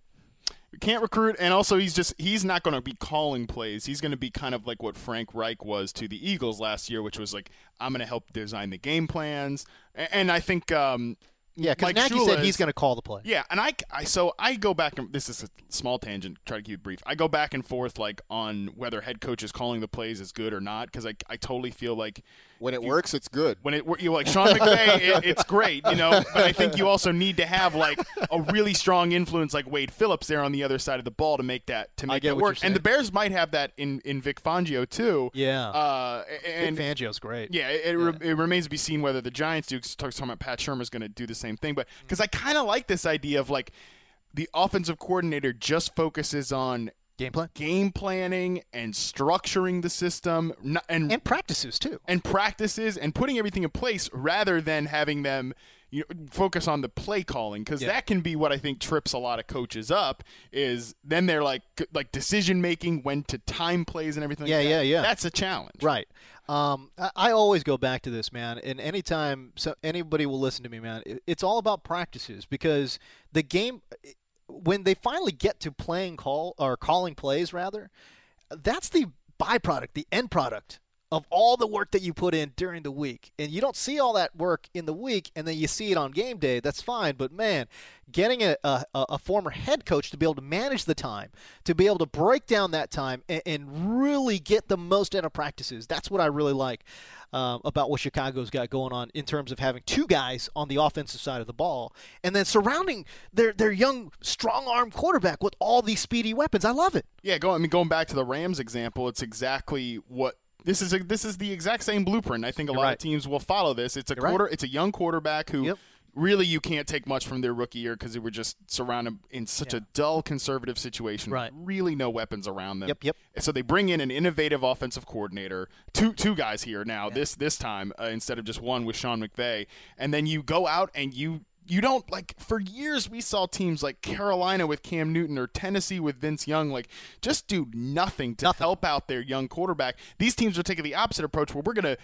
S2: can't recruit and also he's just he's not going to be calling plays he's going to be kind of like what frank reich was to the eagles last year which was like i'm going to help design the game plans A- and i think um
S1: Yeah, because
S2: Mike
S1: Nagy
S2: Shula
S1: said
S2: is-
S1: he's going to call the play.
S2: yeah, and I, I so I go back and this is a small tangent. Try to keep it brief. I go back and forth like on whether head coach is calling the plays is good or not because I, I totally feel like
S3: When it works, it's good.
S2: when it you like Sean McVay, it, it's great, you know. But I think you also need to have like a really strong influence like Wade Phillips there on the other side of the ball to make that to
S1: I
S2: make
S1: get
S2: it
S1: what you're
S2: work. And the
S1: saying.
S2: Bears might have that in in Vic Fangio too.
S1: Yeah.
S2: Uh, a- and
S1: Vic Fangio's great.
S2: yeah, it, it, re- it remains to be seen whether the Giants do. 'cause Talks talking about Pat Shermer's going to do the same thing, but
S1: Mm.
S2: because I kind of like this idea of like the offensive coordinator just focuses on
S1: Game plan.
S2: game planning and structuring the system not, and
S1: And practices, too.
S2: and practices and putting everything in place rather than having them you know, focus on the play calling because
S1: Yeah.
S2: that can be what I think trips a lot of coaches up is then they're like like decision making when to time plays and everything. like
S1: Yeah,
S2: that.
S1: yeah, yeah.
S2: That's a challenge.
S1: Right. Um, I, I always go back to this, man. And anytime so anybody will listen to me, man, it, it's all about practices because the game, when they finally get to playing call or calling plays, rather, that's the byproduct, the end product of all the work that you put in during the week. And you don't see all that work in the week and then you see it on game day. That's fine. But man, getting a, a, a former head coach to be able to manage the time, to be able to break down that time and, and really get the most out of practices, that's what I really like um, about what Chicago's got going on in terms of having two guys on the offensive side of the ball and then surrounding their, their young, strong arm quarterback with all these speedy weapons. I love it.
S2: Yeah, going I mean going back to the Rams example, it's exactly what this is. A, this is the exact same blueprint. I think a lot
S1: right.
S2: of teams will follow this. It's a
S1: You're right.
S2: quarter. It's a young quarterback who.
S1: Yep.
S2: Really, you can't take much from their rookie year because they were just surrounded in such a dull, conservative situation. with
S1: Right.
S2: Really, no weapons around them.
S1: Yep, yep.
S2: So they bring in an innovative offensive coordinator, two two guys here now. This this time uh, instead of just one with Sean McVay, and then you go out and you you don't like for years we saw teams like Carolina with Cam Newton or Tennessee with Vince Young like just do nothing to help out their young quarterback. These teams are taking the opposite approach where we're gonna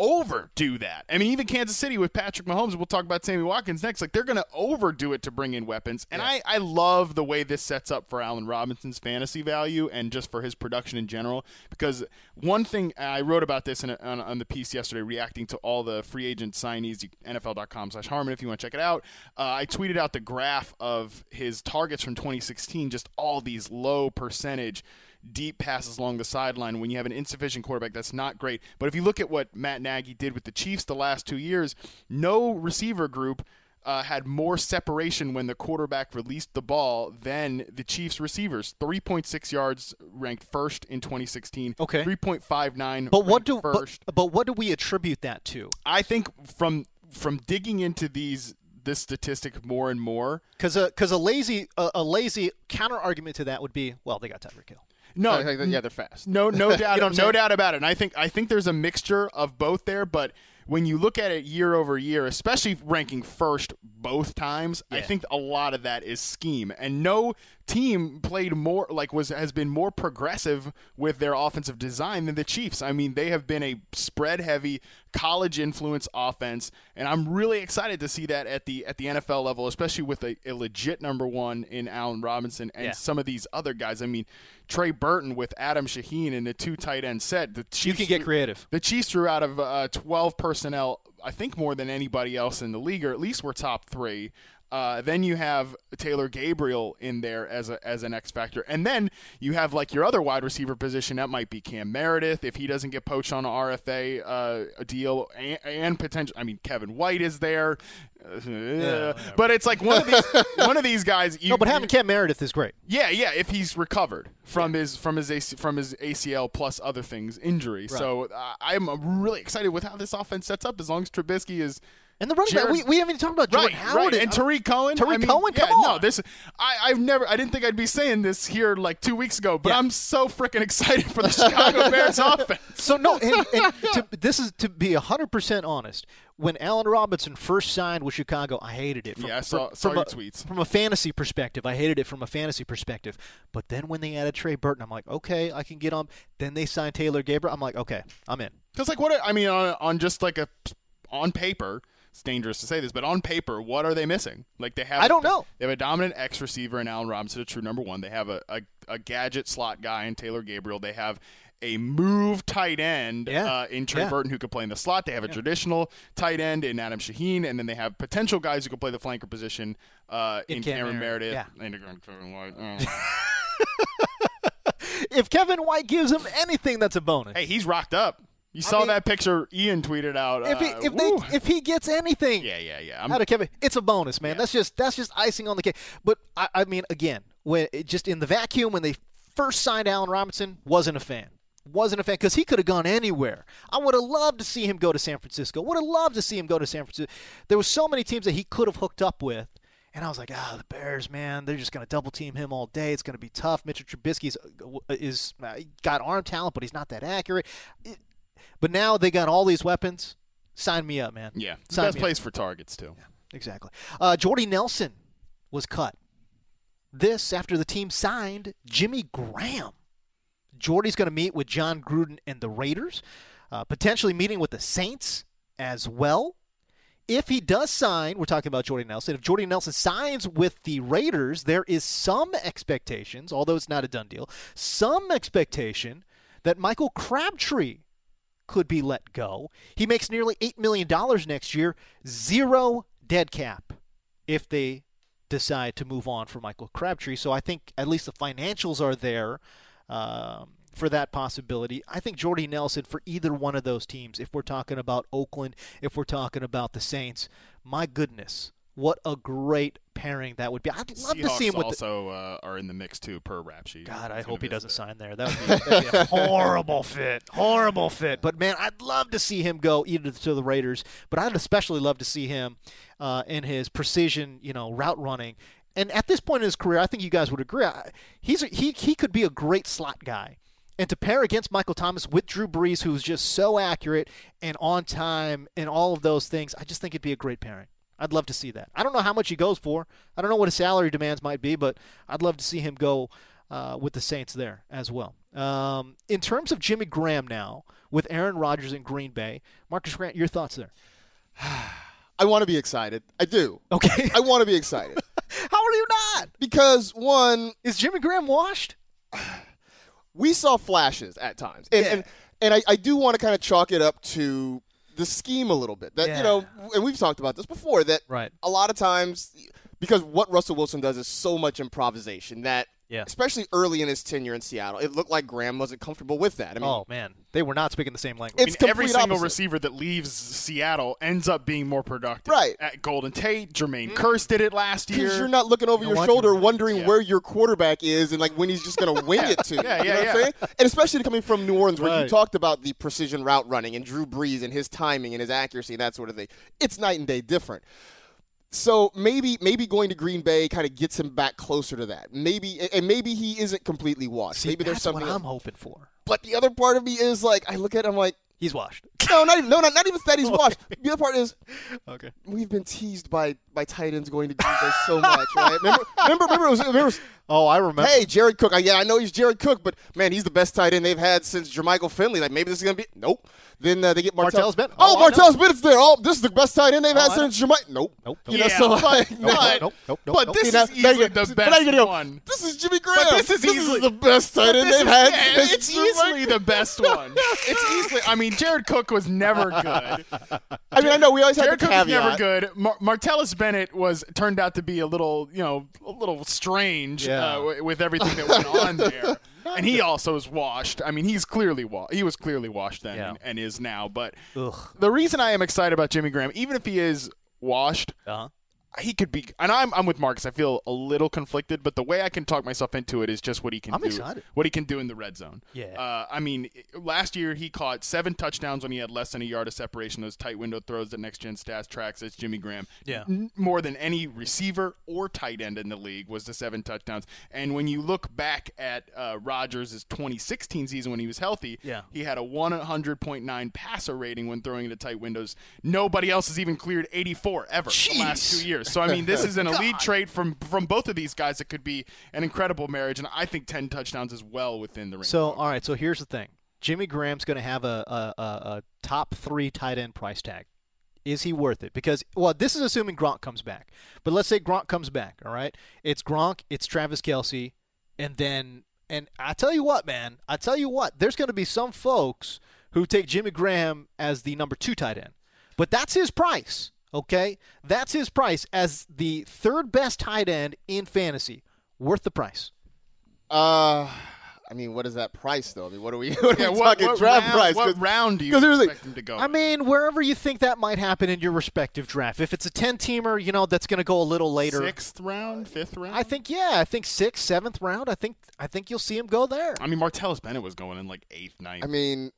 S2: overdo that. I mean, even Kansas City with Patrick Mahomes, we'll talk about Sammy Watkins next. Like they're going to overdo it to bring in weapons, and I I love the way this sets up for Allen Robinson's fantasy value and just for his production in general. Because one thing I wrote about this in a, on, on the piece yesterday, reacting to all the free agent signees, you- NFL.com/Harmon, if you want to check it out. Uh, I tweeted out the graph of his targets from 2016, just all these low percentage deep passes along the sideline when you have an insufficient quarterback that's not great but if you look at what matt nagy did with the chiefs the last two years no receiver group uh, had more separation when the quarterback released the ball than the chiefs receivers 3.6 yards ranked first in 2016
S1: Okay.
S2: 3.59
S1: But what
S2: ranked
S1: do but,
S2: first
S1: but what do we attribute that to?
S2: i think from from digging into these this statistic more and more
S1: Because a because a lazy a, a lazy counter argument to that would be well they got Tyreek Hill.
S2: no
S3: Like, like, yeah, they're fast.
S2: No, no doubt,
S1: know what I'm
S2: no
S1: saying?
S2: doubt about it. And I think I think there's a mixture of both there, but when you look at it year over year, especially ranking first both times, I think a lot of that is scheme. And no team played more like was has been more progressive with their offensive design than the Chiefs. I mean, they have been a spread heavy college influence offense, and I'm really excited to see that at the at the NFL level, especially with a, a legit number one in Allen Robinson and
S1: Yeah.
S2: some of these other guys. I mean, Trey Burton with Adam Shaheen in the two tight end set. The Chiefs threw-
S1: creative.
S2: The Chiefs threw out of uh, 12 personnel, I think more than anybody else in the league, or at least we're top three. Uh, then you have Taylor Gabriel in there as a, as an X factor, and then you have like your other wide receiver position that might be Cam Meredith if he doesn't get poached on a RFA uh, deal, and, and potential. I mean, Kevin White is there, Uh, but it's like one of these one of these guys. You,
S1: No, but
S2: you-
S1: having Cam Meredith is great.
S2: yeah, yeah. If he's recovered from his from his AC, from his ACL plus other things injury, so uh, I'm really excited with how this offense sets up. As long as Trubisky is
S1: And the running back
S2: Jared-
S1: we, we haven't even talked about Jordan
S2: right,
S1: Howard
S2: right, and Tariq Cohen.
S1: Tariq
S2: I mean,
S1: Cohen,
S2: yeah,
S1: come on.
S2: No, this I I've never I didn't think I'd be saying this here like two weeks ago, but
S1: Yeah.
S2: I'm so freaking excited for the Chicago Bears offense.
S1: So no, and, and to, this is to be hundred percent honest. When Allen Robinson first signed with Chicago, I hated it.
S2: Yeah, I saw- saw your
S1: a,
S2: tweets.
S1: From a fantasy perspective, I hated it from a fantasy perspective. But then when they added Trey Burton, I'm like, okay, I can get on. Then they signed Taylor Gabriel. I'm like, okay, I'm in.
S2: Because like what I mean on on just like a on paper, it's dangerous to say this, but on paper, what are they missing? Like they have
S1: I don't know.
S2: They have a dominant X receiver in Allen Robinson, a true number one. They have a, a, a gadget slot guy in Taylor Gabriel. They have a move tight end
S1: Yeah.
S2: uh, in Trey
S1: Yeah.
S2: Burton who could play in the slot. They have a traditional tight end in Adam Shaheen, and then they have potential guys who could play the flanker position uh, in,
S1: In Cam
S2: Cameron Meredith.
S1: Meredith,
S2: And Kevin White. Oh.
S1: If Kevin White gives him anything, that's a bonus.
S2: hey, he's rocked up. You saw
S1: mean-
S2: that picture Ian tweeted out.
S1: if
S2: uh,
S1: he, if
S2: woo.
S1: they, if he gets anything,
S2: yeah, yeah, yeah.
S1: out of Kevin. It's a bonus, man. That's just that's just icing on the cake. But I, I mean, again, when it, just in the vacuum when they first signed Allen Robinson, wasn't a fan. Wasn't a fan because he could have gone anywhere. I would have loved to see him go to San Francisco. Would have loved to see him go to San Francisco. There was so many teams that he could have hooked up with. And I was like, ah, the Bears, man, they're just going to double team him all day. It's going to be tough. Mitchell Trubisky's is uh, got arm talent, but he's not that accurate. It- but now they got all these weapons. Sign me up, man.
S2: Yeah, it's the
S1: sign
S2: best
S1: me up.
S2: place for targets too.
S1: Exactly. Uh, Jordy Nelson was cut. This after the team signed Jimmy Graham. Jordy's going to meet with John Gruden and the Raiders, uh, potentially meeting with the Saints as well. If he does sign, we're talking about Jordy Nelson. If Jordy Nelson signs with the Raiders, there is some expectations, although it's not a done deal, some expectation that Michael Crabtree could be let go. He makes nearly $8 million next year, zero dead cap if they decide to move on for Michael Crabtree. So I think at least the financials are there um, for that possibility. I think Jordy Nelson for either one of those teams, if we're talking about Oakland, if we're talking about the Saints, my goodness. What a great pairing that would be! I'd love to see him
S2: Seahawks
S1: with. The,
S2: also uh, are in the mix too per rap sheet.
S1: God, I
S2: He's gonna
S1: hope he doesn't
S2: visit there.
S1: sign there. That would be, that'd be a horrible fit. Horrible fit. But man, I'd love to see him go either to the Raiders, but I'd especially love to see him uh, in his precision, you know, route running. And at this point in his career, I think you guys would agree. I- He's a, he he could be a great slot guy. And to pair against Michael Thomas with Drew Brees, who's just so accurate and on time and all of those things, I just think it'd be a great pairing. I'd love to see that. I don't know how much he goes for. I don't know what his salary demands might be, but I'd love to see him go uh, with the Saints there as well. Um, in terms of Jimmy Graham now, with Aaron Rodgers in Green Bay, Marcus Grant, your thoughts there?
S3: I want to be excited. I do.
S1: Okay.
S3: I want to be excited
S1: How are you not?
S3: because one,
S1: Is Jimmy Graham washed?
S3: we saw flashes at times, and and, and I, I do want to kind of chalk it up to the scheme a little bit. That
S1: Yeah.
S3: you know, and we've talked about this before. That
S1: Right.
S3: a lot of times, because what Russell Wilson does is so much improvisation that.
S1: Yeah.
S3: Especially early in his tenure in Seattle, it looked like Graham wasn't comfortable with that. I mean,
S1: Oh man, they were not speaking the same language.
S3: it's
S2: I mean, every
S3: complete
S2: single
S3: opposite.
S2: receiver that leaves Seattle ends up being more productive.
S3: Right.
S2: At Golden Tate, Jermaine Curse did it last year.
S3: Because you're not looking over
S1: You
S3: your
S1: want
S3: shoulder,
S1: your-
S3: wondering
S2: yeah.
S3: where your quarterback is and like when he's just going to wing it to. you.
S2: Yeah,
S3: you know
S2: yeah,
S3: what I'm
S2: yeah.
S3: saying? And especially coming from New Orleans, where
S1: Right.
S3: you talked about the precision route running and Drew Brees and his timing and his accuracy and that sort of thing. It's night and day different. So maybe maybe going to Green Bay kind of gets him back closer to that. Maybe and maybe he isn't completely washed.
S1: See,
S3: maybe there's
S1: that's
S3: something.
S1: what I'm
S3: else.
S1: hoping for.
S3: But the other part of me is like, I look at him like,
S1: He's washed.
S3: no, not even no, not, not even that he's washed. The other part is,
S1: Okay.
S3: we've been teased by by tight ends going to Green Bay so much, right? Remember, remember, remember, it was, remember it was,
S1: Oh, I remember.
S3: hey, Jared Cook. I, yeah, I know he's Jared Cook, but man, he's the best tight end they've had since Jermichael Finley. Like maybe this is gonna be nope. Then uh, they get Martell.
S1: Martell's Bennett.
S3: Oh,
S1: Oh, I know.
S3: Martell's Bennett's there. Oh, this is the best tight end they've had
S1: I know.
S3: since Jermichael. Nope.
S1: Nope,
S3: You
S2: nope.
S3: know, so
S2: Yeah.
S3: like,
S2: Nope,
S3: but-
S1: nope, nope, nope,
S3: But
S1: nope.
S3: this
S2: See, now-
S3: is
S2: now
S3: easily
S2: you're-
S3: the
S2: but now
S3: best
S2: you're gonna go,
S3: one. This is Jimmy Graham.
S2: this is easily-
S3: the best tight end
S2: This
S3: they've
S2: is-
S3: had.
S2: yeah,
S3: since
S2: it's
S3: Jermichael.
S2: easily the best one. It's easily. I mean, Jared Cook was never good.
S3: I mean, I know we always had
S2: Jared
S3: the
S2: Cook was
S3: caveat.
S2: never good. Mar- Martellus Bennett was turned out to be a little, you know, a little strange
S1: Yeah.
S2: uh, w- with everything that went on there. And he also is washed. I mean, he's clearly washed. He was clearly washed then
S1: Yeah.
S2: and, and is now. But
S1: Ugh.
S2: the reason I am excited about Jimmy Graham, even if he is washed,
S1: Uh-huh.
S2: he could be. And I'm I'm with Marcus. I feel a little conflicted, but the way I can talk myself into it is just what he can
S1: I'm
S2: do.
S1: excited.
S2: What he can do in the red zone.
S1: Yeah.
S2: Uh, I mean, i- last year he caught seven touchdowns when he had less than a yard of separation. Those tight window throws that next gen stats tracks. It's Jimmy Graham.
S1: Yeah.
S2: N- more than any receiver or tight end in the league was the seven touchdowns. And when you look back at uh, Rodgers' 2016 season when he was healthy,
S1: Yeah.
S2: he had a 100.9 passer rating when throwing into tight windows. Nobody else has even cleared 84 ever the last two years. So I mean, this is an elite trade from from both of these guys that could be an incredible marriage. And I think 10 touchdowns is well within the range.
S1: So all right. So here's the thing. Jimmy Graham's going to have a, a, a, a top three tight end price tag. Is he worth it? Because well, this is assuming Gronk comes back. But let's say Gronk comes back. All right. It's Gronk. It's Travis Kelsey, and then and I tell you what, man. I tell you what. There's going to be some folks who take Jimmy Graham as the number two tight end, but that's his price. Okay, that's his price as the third best tight end in fantasy. Worth the price.
S3: Uh, I mean, what is that price though? I mean, what are we? What are
S2: yeah,
S3: we
S2: what,
S3: talking
S2: what
S3: draft
S2: round,
S3: price?
S2: What
S3: 'Cause-
S2: round do you
S3: 'cause here's the
S2: expect him to go?
S1: I mean, wherever you think that might happen in your respective draft. If it's a 10 teamer, you know, that's going to go a little later.
S2: sixth round, fifth round.
S1: I think yeah, I think 6th, 7th round, I think I think you'll see him go there.
S2: I mean, Martellus Bennett was going in like eighth, ninth.
S3: I mean,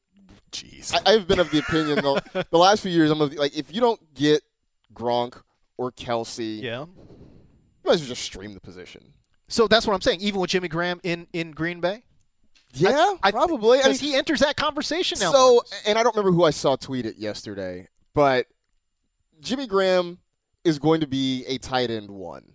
S2: jeez.
S3: I, I've been of the opinion the, the last few years. I'm of the, like, if you don't get Gronk or Kelsey,
S1: Yeah.
S3: you might as well just stream the position.
S1: So that's what I'm saying, even with Jimmy Graham in in Green Bay.
S3: Yeah,
S1: I-
S3: probably. I mean,
S1: Cuz he enters that conversation now.
S3: so,
S1: Marcus.
S3: and I don't remember who I saw tweet it yesterday, but Jimmy Graham is going to be a tight end one,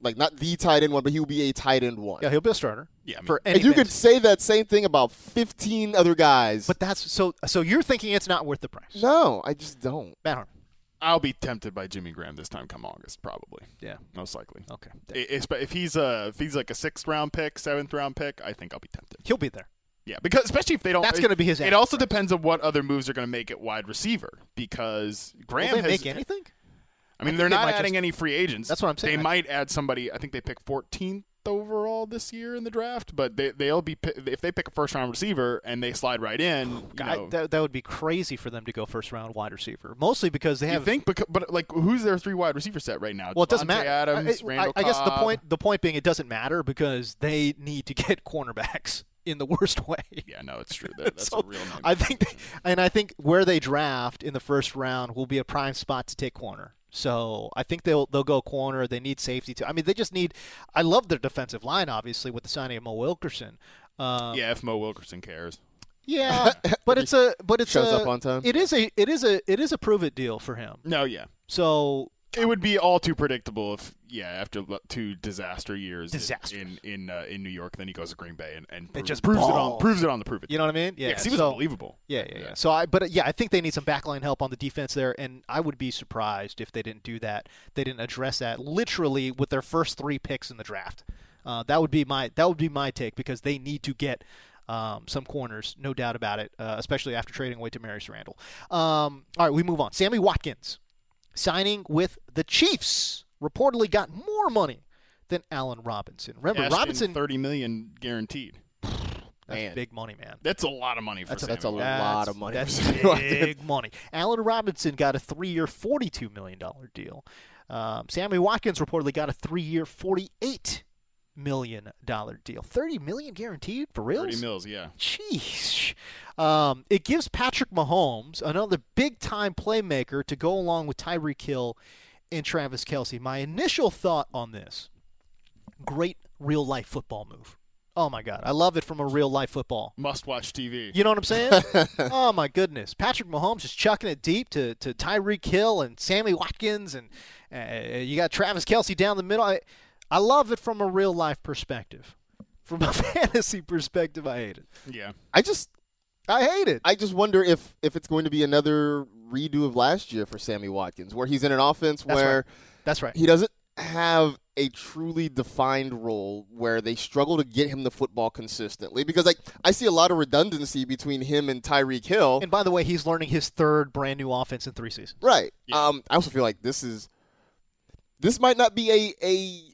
S3: like not the tight end one, but he will be a tight end one.
S1: yeah, he'll be a starter.
S2: Yeah, I mean-
S1: for any
S3: and you could
S1: fantasy.
S3: say that same thing about 15 other guys.
S1: But that's so so you're thinking it's not worth the price.
S3: no, I just don't.
S1: Matt Harmon.
S2: I'll be tempted by Jimmy Graham this time come August, probably.
S1: Yeah.
S2: Most likely.
S1: Okay.
S2: I- If, if he's a if he's like a sixth round pick, seventh round pick, I think I'll be tempted.
S1: He'll be there.
S2: Yeah, because especially if they don't.
S1: That's gonna be his
S2: It
S1: average
S2: also
S1: price.
S2: depends on what other moves are going to make it wide receiver because Graham
S1: Will they
S2: has.
S1: make anything?
S2: I mean,
S1: I think
S2: they're
S1: they
S2: not
S1: might
S2: adding
S1: just-
S2: any free agents.
S1: That's what I'm saying.
S2: They
S1: I-
S2: might add somebody. I think they pick 14th overall this year in the draft, but they they'll be pi- if they pick a first round receiver and they slide right in. you
S1: Oh, God,
S2: know-
S1: that, that would be crazy for them to go first round wide receiver. Mostly because they
S2: you
S1: have
S2: think, but, but like, who's their three wide receiver set right now?
S1: Well, it doesn't
S2: Devontae
S1: matter.
S2: Adams,
S1: I- I,
S2: Randall
S1: I guess the
S2: Cobb.
S1: point the point being it doesn't matter because they need to get cornerbacks in the worst way.
S2: Yeah, no, it's true. That, that's
S1: So,
S2: a real. nightmare.
S1: I think, they, and I think where they draft in the first round will be a prime spot to take corner. So I think they'll they'll go corner. They need safety too. I mean, they just need. I love their defensive line, obviously, with the signing of Mo Wilkerson. Um,
S2: yeah, if Mo Wilkerson cares.
S1: yeah, but it's a but it's
S3: Shows
S1: a,
S3: up on time.
S1: It is a it is a it is a prove it deal for him.
S2: No, yeah.
S1: So
S2: it would be all too predictable if yeah after lo- two disaster years in-
S1: Disasters.
S2: in in uh, in New York then he goes to Green Bay and, and proves,
S1: just
S2: proves it on
S1: balls.
S2: proves it on the prove it
S1: You know what I mean? Yeah.
S2: 'cause he was
S1: so-
S2: unbelievable
S1: Yeah, yeah, yeah. So I, but uh, yeah, I think they need some backline help on the defense there, and I would be surprised if they didn't do that. They didn't address that literally with their first three picks in the draft. Uh, that would be my that would be my take because they need to get um, some corners, no doubt about it. Uh, especially after trading away to Marius Randall. Um, all right, we move on. Sammy Watkins signing with the Chiefs reportedly got more money than Allen Robinson. Remember,
S2: Cashed in
S1: Robinson,
S2: thirty million guaranteed
S1: that's
S3: Man.
S1: big money, man.
S2: that's a lot of money for
S1: That's a-
S2: Sammy.
S3: That's a
S1: That's-
S3: lot of money.
S1: That's
S3: for Sammy Watkins.
S1: big money. Allen Robinson got a three-year, forty-two million dollar deal. Um, Sammy Watkins reportedly got a three-year, forty-eight million dollar deal. Thirty million guaranteed for real.
S2: thirty mils yeah
S1: Jeez. Um, it gives Patrick Mahomes, another big time playmaker, to go along with Tyreek Hill and Travis Kelsey. My initial thought on this great real life football move. Oh my God. I love it from a real life football.
S2: must watch TV
S1: You know what I'm saying? oh my goodness, Patrick Mahomes just chucking it deep to to Tyreek Hill and Sammy Watkins, and uh, you got Travis Kelsey down the middle. I, I love it from a real life perspective. From a fantasy perspective, I hate it.
S2: yeah
S3: I just
S1: I hate it.
S3: I just wonder if if it's going to be another redo of last year for Sammy Watkins, where he's in an offense
S1: That's
S3: where
S1: right. That's right.
S3: he doesn't have a truly defined role where they struggle to get him the football consistently because like I see a lot of redundancy between him and Tyreek Hill.
S1: And by the way, he's learning his third brand new offense in three seasons.
S3: Right. Um, I also feel like this is this might not be a,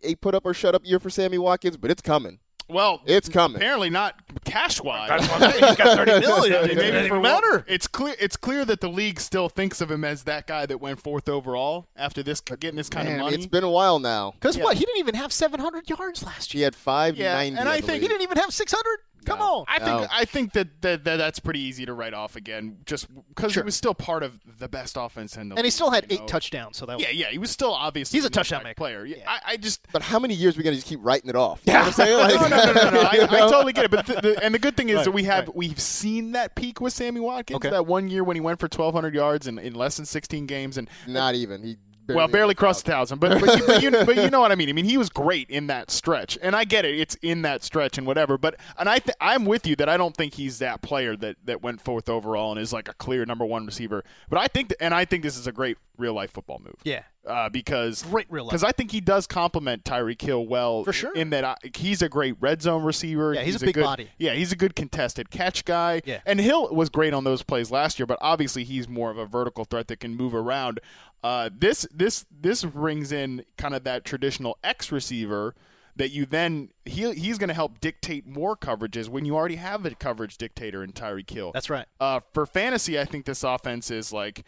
S3: a, a put up or shut up year for Sammy Watkins, but it's coming.
S2: well
S3: It's coming.
S2: apparently not cash wise
S1: He's got thirty million.
S2: Maybe for one- It's clear. It's clear that the league still thinks of him as that guy that went fourth overall after this getting this kind
S3: Man, I
S2: of
S3: mean,
S2: money.
S3: it's been a while now.
S1: Because what? He didn't even have 700 yards last
S3: She
S1: year.
S3: had five
S2: Yeah,
S3: ninety.
S2: and I think
S1: He
S3: believe.
S1: didn't even have 600. Come
S3: No.
S1: on.
S2: I think
S3: No.
S2: I think that, that, that that's pretty easy to write off again, just because
S1: Sure.
S2: he was still part of the best offense in the
S1: And he
S2: league,
S1: still had
S2: you
S1: eight
S2: know?
S1: touchdowns. So that
S2: Yeah, yeah, he was still obviously
S1: He's a
S2: an
S1: touchdown
S2: impact
S1: maker.
S2: player. Yeah,
S1: Yeah.
S2: I, I just
S3: But how many years are we gonna just keep writing it off? You know what I'm saying?
S2: no,
S3: Like-
S2: no, no, no, no. I,
S3: you
S2: I
S3: know?
S2: totally get it. But th- the, and the good thing is
S1: Right,
S2: that we have
S1: right.
S2: we've seen that peak with Sammy Watkins.
S1: Okay.
S2: That one year when he went for 1,200 yards in, in less than 16 games, and
S3: not even. He barely
S2: well, barely crossed a thousand, but but you, but, you, but you know what I mean. I mean, he was great in that stretch, and I get it. It's in that stretch and whatever. But and I th- I'm with you that I don't think he's that player that that went fourth overall and is like a clear number one receiver. But I think th- and I think this is a great real life football move.
S1: Yeah.
S2: Uh, because
S1: Great real life.
S2: because I think he does complement Tyreek Hill well
S1: For sure.
S2: In that I, he's a great red zone receiver.
S1: Yeah, he's a big
S2: good,
S1: body.
S2: Yeah, he's a good contested catch guy.
S1: Yeah.
S2: And Hill was great on those plays last year, but obviously he's more of a vertical threat that can move around. Uh, this this this brings in kind of that traditional X receiver that you then he he's going to help dictate more coverages when you already have a coverage dictator in Tyreek Hill.
S1: That's right.
S2: Uh, for fantasy, I think this offense is like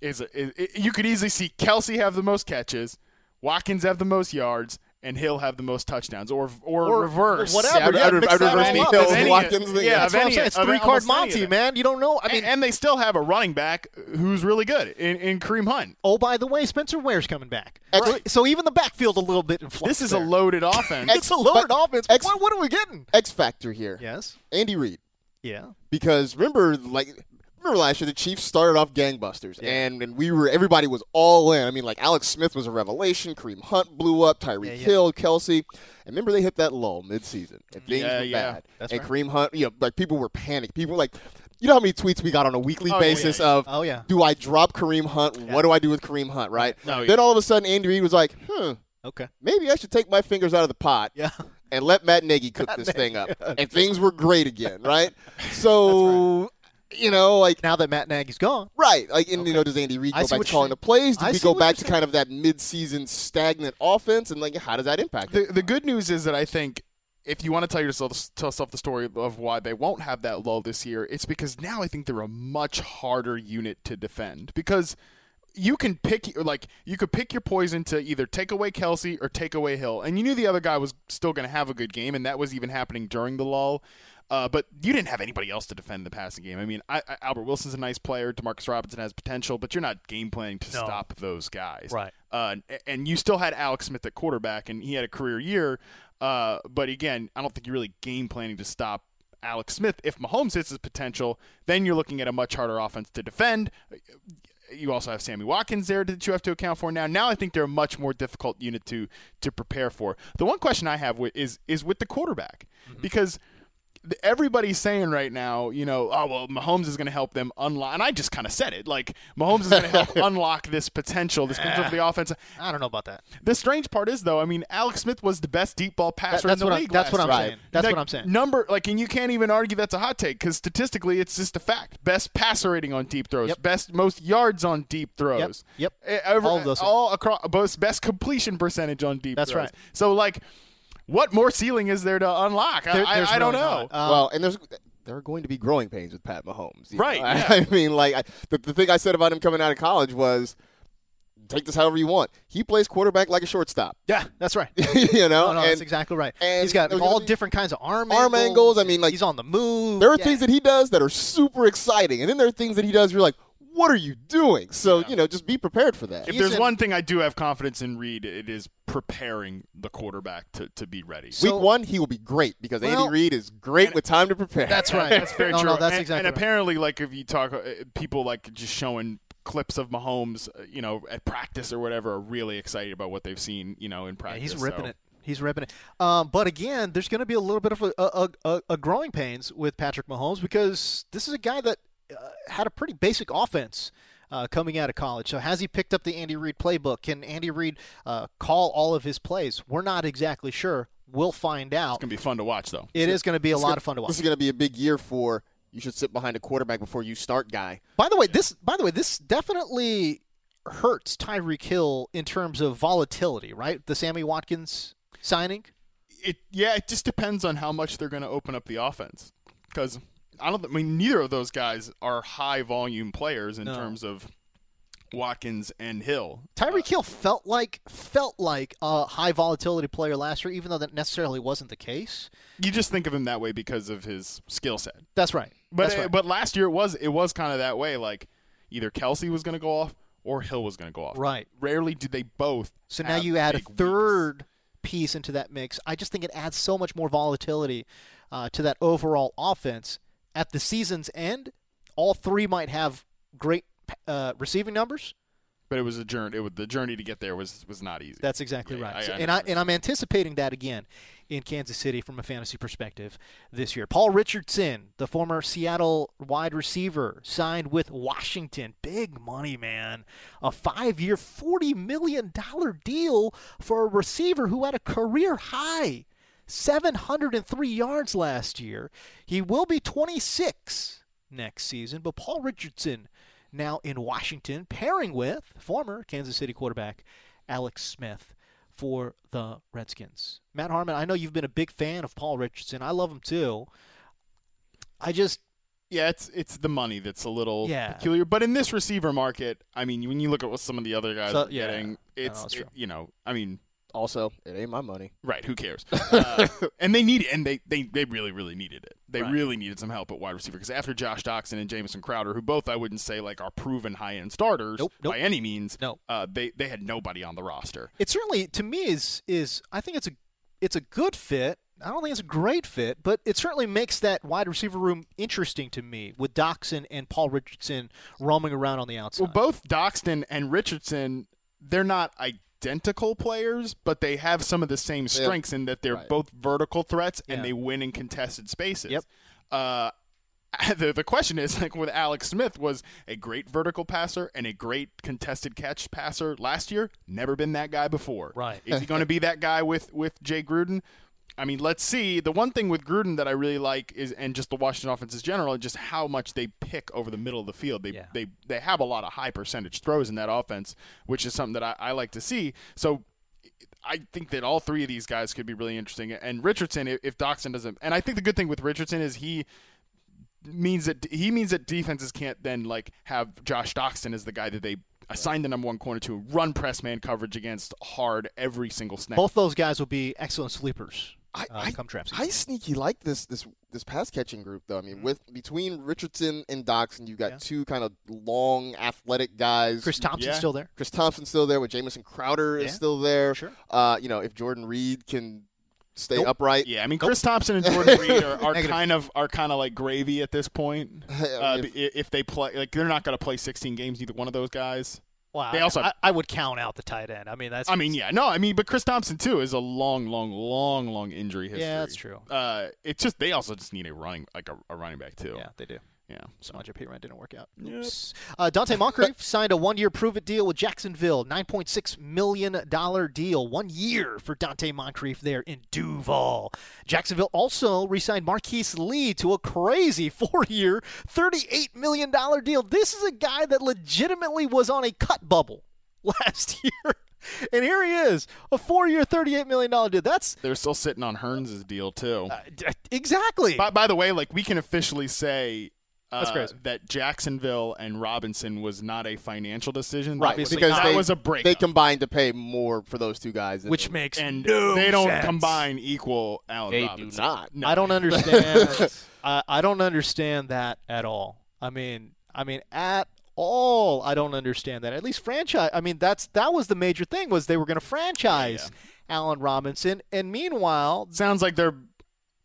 S2: is, is, you could easily see Kelsey have the most catches, Watkins have the most yards, and Hill have the most touchdowns, or or,
S1: Or
S2: reverse
S1: whatever.
S3: I'd-
S1: Yeah,
S3: I'd-
S1: mix
S3: I'd
S1: that
S3: reverse
S1: all up.
S3: Hill,
S1: If any-
S3: Watkins,
S2: yeah,
S3: yeah.
S1: That's
S2: if
S1: what I'm
S2: any-
S1: saying. It's
S2: of
S1: three card
S2: almost any of
S1: Monty,
S2: that.
S1: man. You don't know. I mean,
S2: and, and they still have a running back who's really good in, in Kareem Hunt.
S1: Oh, by the way, Spencer Ware's coming back.
S3: Ex-
S1: Right. So even the backfield a little bit in flux.
S2: This is a
S1: there.
S2: loaded offense.
S1: It's a loaded
S3: but-
S1: offense.
S3: ex-
S1: what, what are we getting?
S3: X factor here.
S1: Yes.
S3: Andy Reid.
S1: Yeah.
S3: because remember like remember last year the Chiefs started off gangbusters and, and we were everybody was all in. I mean like Alex Smith was a revelation, Kareem Hunt blew up, Tyreek
S1: yeah.
S3: Hill, Kelsey. And remember they hit that lull midseason and things
S2: Yeah,
S3: were
S2: yeah.
S3: bad.
S1: That's
S3: and
S1: right.
S3: Kareem Hunt, you know, like people were panicked. People were like you know how many tweets we got on a weekly
S2: Oh, yeah,
S3: basis
S2: yeah.
S3: of
S1: Oh, yeah. Oh,
S3: do I drop Kareem Hunt? What do I do with Kareem Hunt, right?
S2: No,
S3: Then all of a sudden Andy Reid was like, "Hmm,
S1: Okay.
S3: maybe I should take my fingers out of the pot."
S1: Yeah.
S3: and let Matt Nagy cook this thing up. And things were great again, right? So, you know, like,
S1: Now that Matt Nagy's gone,
S3: right. Like, and, you know, does Andy Reid
S1: I
S3: go
S1: see
S3: back
S1: what
S3: to
S1: you're
S3: calling
S1: saying.
S3: the plays? Do
S1: I
S3: we
S1: see
S3: go
S1: what
S3: back to
S1: you're
S3: kind of that midseason stagnant offense? And, like, how does that impact
S2: the,
S3: it?
S2: the good news is that I think if you want to tell yourself tell yourself the story of why they won't have that lull this year, it's because now I think they're a much harder unit to defend because you can pick like you could pick your poison to either take away Kelsey or take away Hill, and you knew the other guy was still going to have a good game, and that was even happening during the lull. Uh, but you didn't have anybody else to defend the passing game. I mean, I, I, Albert Wilson's a nice player. Demarcus Robinson has potential, but you're not game planning to
S1: No.
S2: stop those guys.
S1: Right.
S2: Uh, and- and you still had Alex Smith at quarterback, and he had a career year. Uh, but again, I don't think you're really game planning to stop Alex Smith. If Mahomes hits his potential, then you're looking at a much harder offense to defend. you also have Sammy Watkins there that you have to account for now. Now I think they're a much more difficult unit to to prepare for. The one question I have wi- is is with the quarterback because th- everybody's saying right now, you know, oh well, Mahomes is going to help them unlock, and I just kind of said it like Mahomes is going to help unlock this potential, this potential for the offense.
S1: I don't know about that.
S2: The strange part is though, I mean, Alex Smith was the best deep ball passer
S1: that's
S2: in the
S1: what I'm-
S2: league.
S1: that's
S2: last
S1: what I'm
S2: year.
S1: saying. That's
S2: Like,
S1: what I'm saying.
S2: Number like, and you can't even argue that's a hot take because statistically, it's just a fact. Best passer rating on deep throws,
S1: Yep.
S2: best most yards on deep throws.
S1: Yep.
S2: E- ever-
S1: All of those things.
S2: all across both best completion percentage on deep.
S1: That's
S2: throws.
S1: right.
S2: So like, what more ceiling is there to unlock? I-
S1: There-
S2: I,
S1: there's
S2: I don't
S1: really
S2: know.
S1: not. Um,
S3: well, and there's there are going to be growing pains with Pat Mahomes. you
S2: Right,
S3: know?
S2: yeah.
S3: I, mean, like I, the, the thing I said about him coming out of college was, take this however you want. He plays quarterback like a shortstop.
S1: yeah, that's right.
S3: you
S1: No,
S3: know,
S1: no,
S3: and
S1: that's exactly right.
S3: and
S1: He's got
S3: there's
S1: all
S3: gonna be-
S1: different kinds of arm
S3: Arm angles, I mean, like-
S1: he's on the move.
S3: there are
S1: Yeah.
S3: things that he does that are super exciting, and then there are things that he does. You're like, what are you doing? So you know, just be prepared for that.
S2: If
S1: He's
S2: there's
S1: in-
S2: one thing I do have confidence in Reed, it is preparing the quarterback to, to be ready.
S1: So-
S3: Week one, he will be great because
S1: Well-
S3: Andy Reid is great with time to prepare.
S1: That's right.
S2: That's very
S1: no,
S2: true.
S1: No, that's
S2: and,
S1: exactly
S2: And
S1: right.
S2: apparently, like if you talk, uh, people like just showing clips of Mahomes, uh, you know, at practice or whatever, are really excited about what they've seen, you know, in
S1: Yeah,
S2: practice.
S1: he's ripping
S2: so-
S1: it. He's ripping it. Um, but again, there's going to be a little bit of a, a, a, a growing pains with Patrick Mahomes because this is a guy that uh, had a pretty basic offense. Uh, coming out of college, so has he picked up the Andy Reid playbook? Can Andy Reid uh, call all of his plays? We're not exactly sure. We'll find out.
S2: It's gonna be fun to watch, though.
S1: It is going to be a lot of fun to watch.
S3: This is going to be a big year for you. Should sit behind a quarterback before you start, guy.
S1: By the way, this by the way, this definitely hurts Tyreek Hill in terms of volatility, right? The Sammy Watkins signing.
S2: It yeah, it just depends on how much they're gonna open up the offense because I don't. I mean, neither of those guys are high volume players in
S1: No.
S2: terms of Watkins and Hill.
S1: Tyreek Hill felt like felt like a high volatility player last year, even though that necessarily wasn't the case.
S2: You just think of him that way because of his skill set.
S1: That's right.
S2: But uh,
S1: That's right.
S2: but last year it was it was kind of that way. Like either Kelsey was going to go off or Hill was going to go off.
S1: Right.
S2: Rarely did they both.
S1: so now
S2: have
S1: you add a
S2: big weeks.
S1: third piece into that mix. I just think it adds so much more volatility uh, to that overall offense. At the season's end, all three might have great uh, receiving numbers.
S2: But it was a journey. It was, the journey to get there was was not easy.
S1: That's exactly
S2: Yeah,
S1: right.
S2: I-
S1: So-
S2: I
S1: and I
S2: understand.
S1: and I'm anticipating that again in Kansas City from a fantasy perspective this year. Paul Richardson, the former Seattle wide receiver, signed with Washington. Big money, man. A 5-year, 40 million dollar deal for a receiver who had a career high 703 yards last year. He will be 26 next season, but Paul Richardson now in Washington, pairing with former Kansas City quarterback Alex Smith for the Redskins. Matt Harmon, I know you've been a big fan of Paul Richardson. I love him too. I just
S2: yeah, it's it's the money that's a little
S1: Yeah.
S2: peculiar. But in this receiver market, I mean, when you look at what some of the other guys
S1: So-
S2: are
S1: yeah.
S2: getting, it's
S1: that's
S2: it-
S1: true.
S2: you know, I mean,
S3: Also, it ain't my money.
S2: right? Who cares? Uh, and they need it, and they, they they really really needed it. They really needed some help at wide receiver because after Josh Doxson and Jameson Crowder, who both I wouldn't say like are proven high end starters
S1: Nope, nope.
S2: by any means,
S1: No.
S2: uh, they they had nobody on the roster.
S1: it certainly to me is is I think it's a it's a good fit. I don't think it's a great fit, but it certainly makes that wide receiver room interesting to me with Doxson and Paul Richardson roaming around on the outside.
S2: Well, both Doxton and Richardson, they're not identical players, but they have some of the same strengths in that they're
S3: right.
S2: both vertical threats and
S1: Yeah.
S2: they win in contested spaces.
S1: Yep.
S2: Uh, the, the question is like with Alex Smith was a great vertical passer and a great contested catch passer last year. Never been that guy before.
S1: Right.
S2: Is he going to be that guy with with Jay Gruden? I mean, let's see. The one thing with Gruden that I really like is, and just the Washington offense in general, is just how much they pick over the middle of the field. They
S1: Yeah.
S2: they they have a lot of high percentage throws in that offense, which is something that I, I like to see. So. I think that all three of these guys could be really interesting. And Richardson, if- if Doxson doesn't, and I think the good thing with Richardson is he means that he means that defenses can't then like have Josh Doxson as the guy that they assign the number one corner to run press man coverage against hard every single snap.
S1: both those guys will be excellent sleepers.
S3: I,
S1: uh,
S3: I,
S1: come trap season.
S3: I sneaky like this this this pass catching group though. I mean, with between Richardson and Doxson, you've got
S1: Mm-hmm. Yeah.
S3: two kind of long, athletic guys.
S1: Chris Thompson's
S2: Yeah.
S1: still there.
S3: Chris Thompson's still there. With Jamison Crowder
S1: Yeah,
S3: is still there.
S1: sure.
S3: Uh, you know, if Jordan Reed can stay upright.
S2: Yeah, I mean Chris Thompson and Jordan Reed are, are kind of are kind of like gravy at this point. Uh,
S3: if-
S2: if, if they play, like they're not going to play 16 games either one of those guys.
S1: Wow.
S2: They also-
S1: I, I would count out the tight end. I mean, that's.
S2: I mean, yeah, no, I mean, but Chris Thompson too is a long, long, long, long injury history.
S1: Yeah, that's true.
S2: Uh, it's just they also just need a running like a, a running back too.
S1: Yeah, they do.
S2: yeah. So
S1: Samaje Perine didn't work out. Oops. Uh, Dante Moncrief signed a one-year prove-it deal with Jacksonville, nine point six million dollar deal, one year for Dante Moncrief there in Duval. Jacksonville also re-signed Marquise Lee to a crazy four-year, thirty-eight million dollar deal. This is a guy that legitimately was on a cut bubble last year, and here he is, a four-year, thirty-eight million dollar deal. That's
S2: they're still sitting on Hearns' deal too.
S1: uh, d- exactly.
S2: by, by the way, like we can officially say. Uh,
S1: That's crazy.
S2: That Jacksonville and Robinson was not a financial decision.
S3: right,
S2: That was,
S3: because
S2: that
S3: they,
S2: was a break.
S3: They combined to pay more for those two guys, than
S1: which
S3: they-
S1: makes
S2: and
S1: no
S2: they don't
S1: sense.
S2: combine equal Allen
S3: they do
S2: Robinson.
S3: not.
S2: No.
S1: I don't understand. I, I don't understand that at all. I mean, I mean at all. I don't understand that. At least franchise. I mean, that's that was the major thing was they were going to franchise Allen Robinson, and meanwhile
S2: Sounds like they're.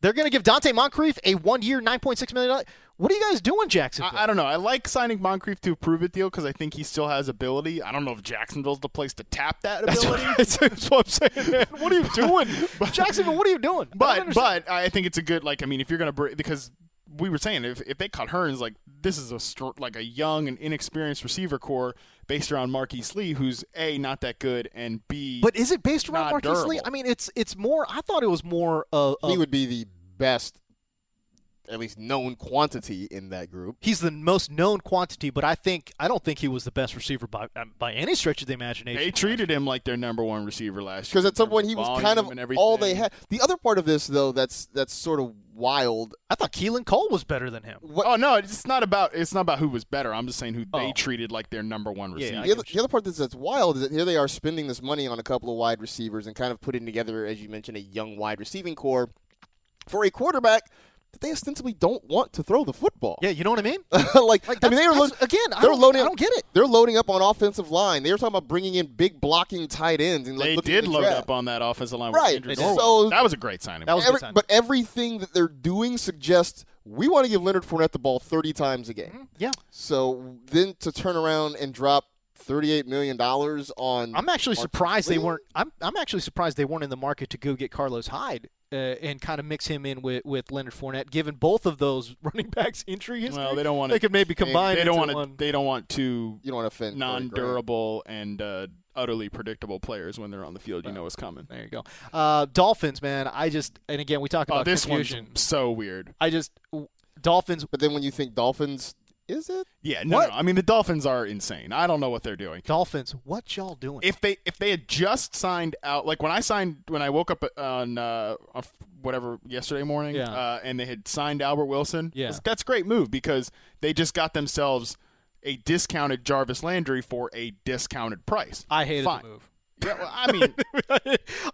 S1: they're going to give Dante Moncrief a one-year, nine point six million dollars. What are you guys doing, Jacksonville?
S2: I, I don't know. I like signing Moncrief to a prove it deal because I think he still has ability. I don't know if Jacksonville's the place to tap that
S1: that's,
S2: ability.
S1: what, that's what I'm saying, man. What are you doing, Jacksonville? What are you doing? I don't
S2: But
S1: understand.
S2: but I think it's a good like I mean if you're gonna br- because we were saying if, if they caught Hearns like this is a str- like a young and inexperienced receiver core based around Marquise Lee who's a not that good and b
S1: but is it based around
S2: not
S1: Marquise Lee?
S2: durable.
S1: I mean, it's it's more. I thought it was more. Uh,
S3: He
S1: uh,
S3: would be the best, at least known quantity in that group.
S1: he's the most known quantity, but I think I don't think he was the best receiver by um, by any stretch of the imagination.
S2: they treated him like their number one receiver last year
S3: Because at some
S2: in
S3: point
S2: terms
S3: he was
S2: volume
S3: kind of
S2: and everything.
S3: all they had. The other part of this, though, that's that's sort of wild.
S1: I thought Keelan Cole was better than him.
S3: What,
S2: Oh no, it's not about it's not about who was better. I'm just saying who
S1: Oh.
S2: they treated like their number one
S1: Yeah,
S2: receiver.
S1: I
S3: the, other, the other part that's, that's wild is that here they are spending this money on a couple of wide receivers and kind of putting together, as you mentioned, a young wide receiving core for a quarterback that they ostensibly don't want to throw the football.
S1: Yeah, you know what I mean? Like,
S3: like, I mean,
S1: that's-
S3: they were
S1: that's-
S3: loading,
S1: again, I
S3: They're
S1: don't-
S3: loading.
S1: I don't get it.
S3: They're loading up on offensive line. They were talking about bringing in big blocking tight ends, and like
S2: they
S3: looking
S2: did
S3: at the
S2: load
S3: draft.
S2: up on that offensive line.
S3: Right,
S2: With Andrew
S3: they
S2: Norwood.
S3: did. So-
S2: that was a great signing.
S1: That was a
S3: Every-
S1: good signing.
S3: but everything that they're doing suggests we want to give Leonard Fournette the ball 30 times a game.
S1: Yeah,
S3: So then to turn around and drop 38 million dollars on
S1: I'm actually
S3: Mark
S1: surprised they
S3: Lee?
S1: weren't. I'm I'm actually surprised they weren't in the market to go get Carlos Hyde. Uh, and kind of mix him in with, with Leonard Fournette, given both of those running backs injury history.
S2: Well, they don't wanna-
S1: They could maybe combine.
S2: they don't
S1: into
S2: want
S1: one.
S2: to. They don't want to
S3: you don't want to offend Corey Grant.
S2: non-durable and uh, utterly predictable players when they're on the field. You know what's coming.
S1: there you go. Uh, Dolphins, man. I just and again we talk about
S2: Oh, this
S1: confusion.
S2: one's so weird.
S1: I just Dolphins.
S3: But then when you think Dolphins, is it?
S2: Yeah, no, no, I mean the Dolphins are insane. I don't know what they're doing.
S1: Dolphins. What y'all doing?
S2: If they if they had just signed out, like when I signed when I woke up on uh, on whatever yesterday morning,
S1: Yeah.
S2: uh, and they had signed Albert Wilson,
S1: Yeah.
S2: that's, that's a great move because they just got themselves a discounted Jarvis Landry for a discounted price.
S1: I hated
S2: Fine.
S1: the move.
S2: Yeah, well, I mean,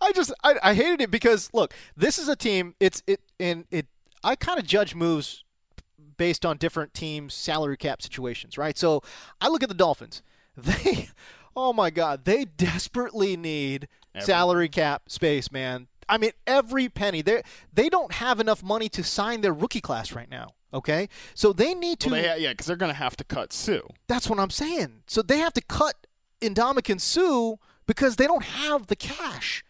S1: I just I, I hated it because look, this is a team. It's it and it. I kind of judge moves based on different teams' salary cap situations, right? So I look at the Dolphins. They, oh my God, they desperately need salary cap space, man. I mean, every penny. They they don't have enough money to sign their rookie class right now. Okay, so they need to.
S2: well, they ha- yeah, because they're going to have to cut Sue.
S1: That's what I'm saying. So they have to cut Indomitian Sue because they don't have the cash.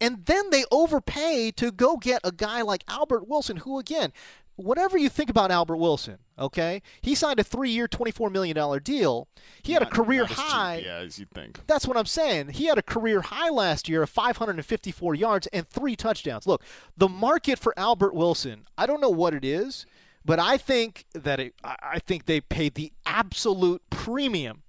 S1: And then they overpay to go get a guy like Albert Wilson, who, again, whatever you think about Albert Wilson, okay, he signed a three year, $24 million deal. He had a
S2: Not-
S1: career
S2: not as cheap,
S1: high.
S2: yeah, as you think.
S1: That's what I'm saying. He had a career high last year of 554 yards and three touchdowns. Look, the market for Albert Wilson, I don't know what it is, but I think that it, I I think they paid the absolute premium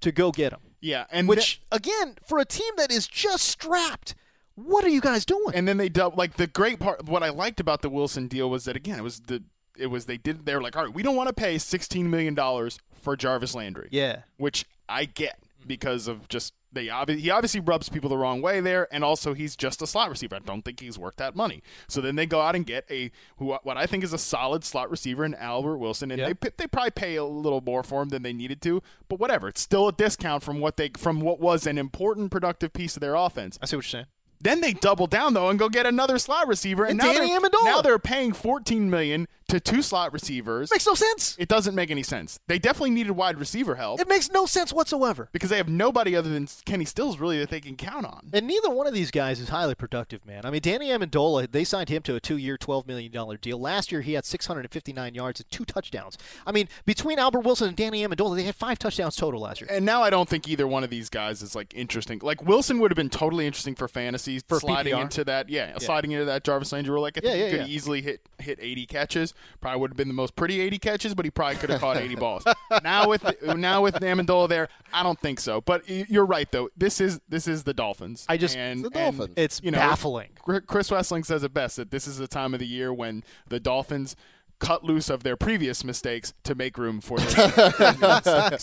S1: to go get him.
S2: Yeah, and
S1: Which, again, for a team that is just strapped, what are you guys doing?
S2: and then they dub like the great part what i liked about the wilson deal was that again it was the it was they did they were like all right we don't want to pay 16 million dollars for jarvis landry
S1: yeah.
S2: which i get because of just they obvi- he obviously rubs people the wrong way there and also he's just a slot receiver i don't think he's worth that money so then they go out and get a who what i think is a solid slot receiver in albert wilson and
S1: Yeah.
S2: they they they probably pay a little more for him than they needed to but whatever it's still a discount from what they from what was an important productive piece of their offense
S1: I see what you're saying.
S2: Then they double down though and go get another slot receiver. And,
S1: And
S2: now,
S1: Danny
S2: they're,
S1: Amendola.
S2: now they're paying 14 million to two slot receivers.
S1: makes no sense.
S2: It doesn't make any sense. They definitely needed wide receiver help
S1: It makes no sense whatsoever.
S2: because they have nobody other than Kenny Stills really that they can count on.
S1: And neither one of these guys is highly productive, man. I mean, Danny Amendola, they signed him to a two-year, $12 million deal. Last year, he had 659 yards and two touchdowns. I mean, between Albert Wilson and Danny Amendola, they had five touchdowns total last year.
S2: And now I don't think either one of these guys is like interesting. Like Wilson would have been totally interesting for fantasy
S1: For
S2: sliding
S1: PPR.
S2: into that. Yeah, sliding into that Jarvis Landry role. Like I think
S1: Yeah, yeah,
S2: he could
S1: yeah.
S2: easily hit hit 80 catches. Probably would have been the most pretty 80 catches, but he probably could have caught 80 balls. Now with now with Amendola there, I don't think so. But y- you're right though. This is this is the Dolphins.
S1: I just-
S2: and,
S3: It's the
S2: and
S3: Dolphins.
S1: It's
S2: you know,
S1: baffling.
S2: Gr- Chris Wessling says it best that this is the time of the year when the Dolphins cut loose of their previous mistakes to make room for their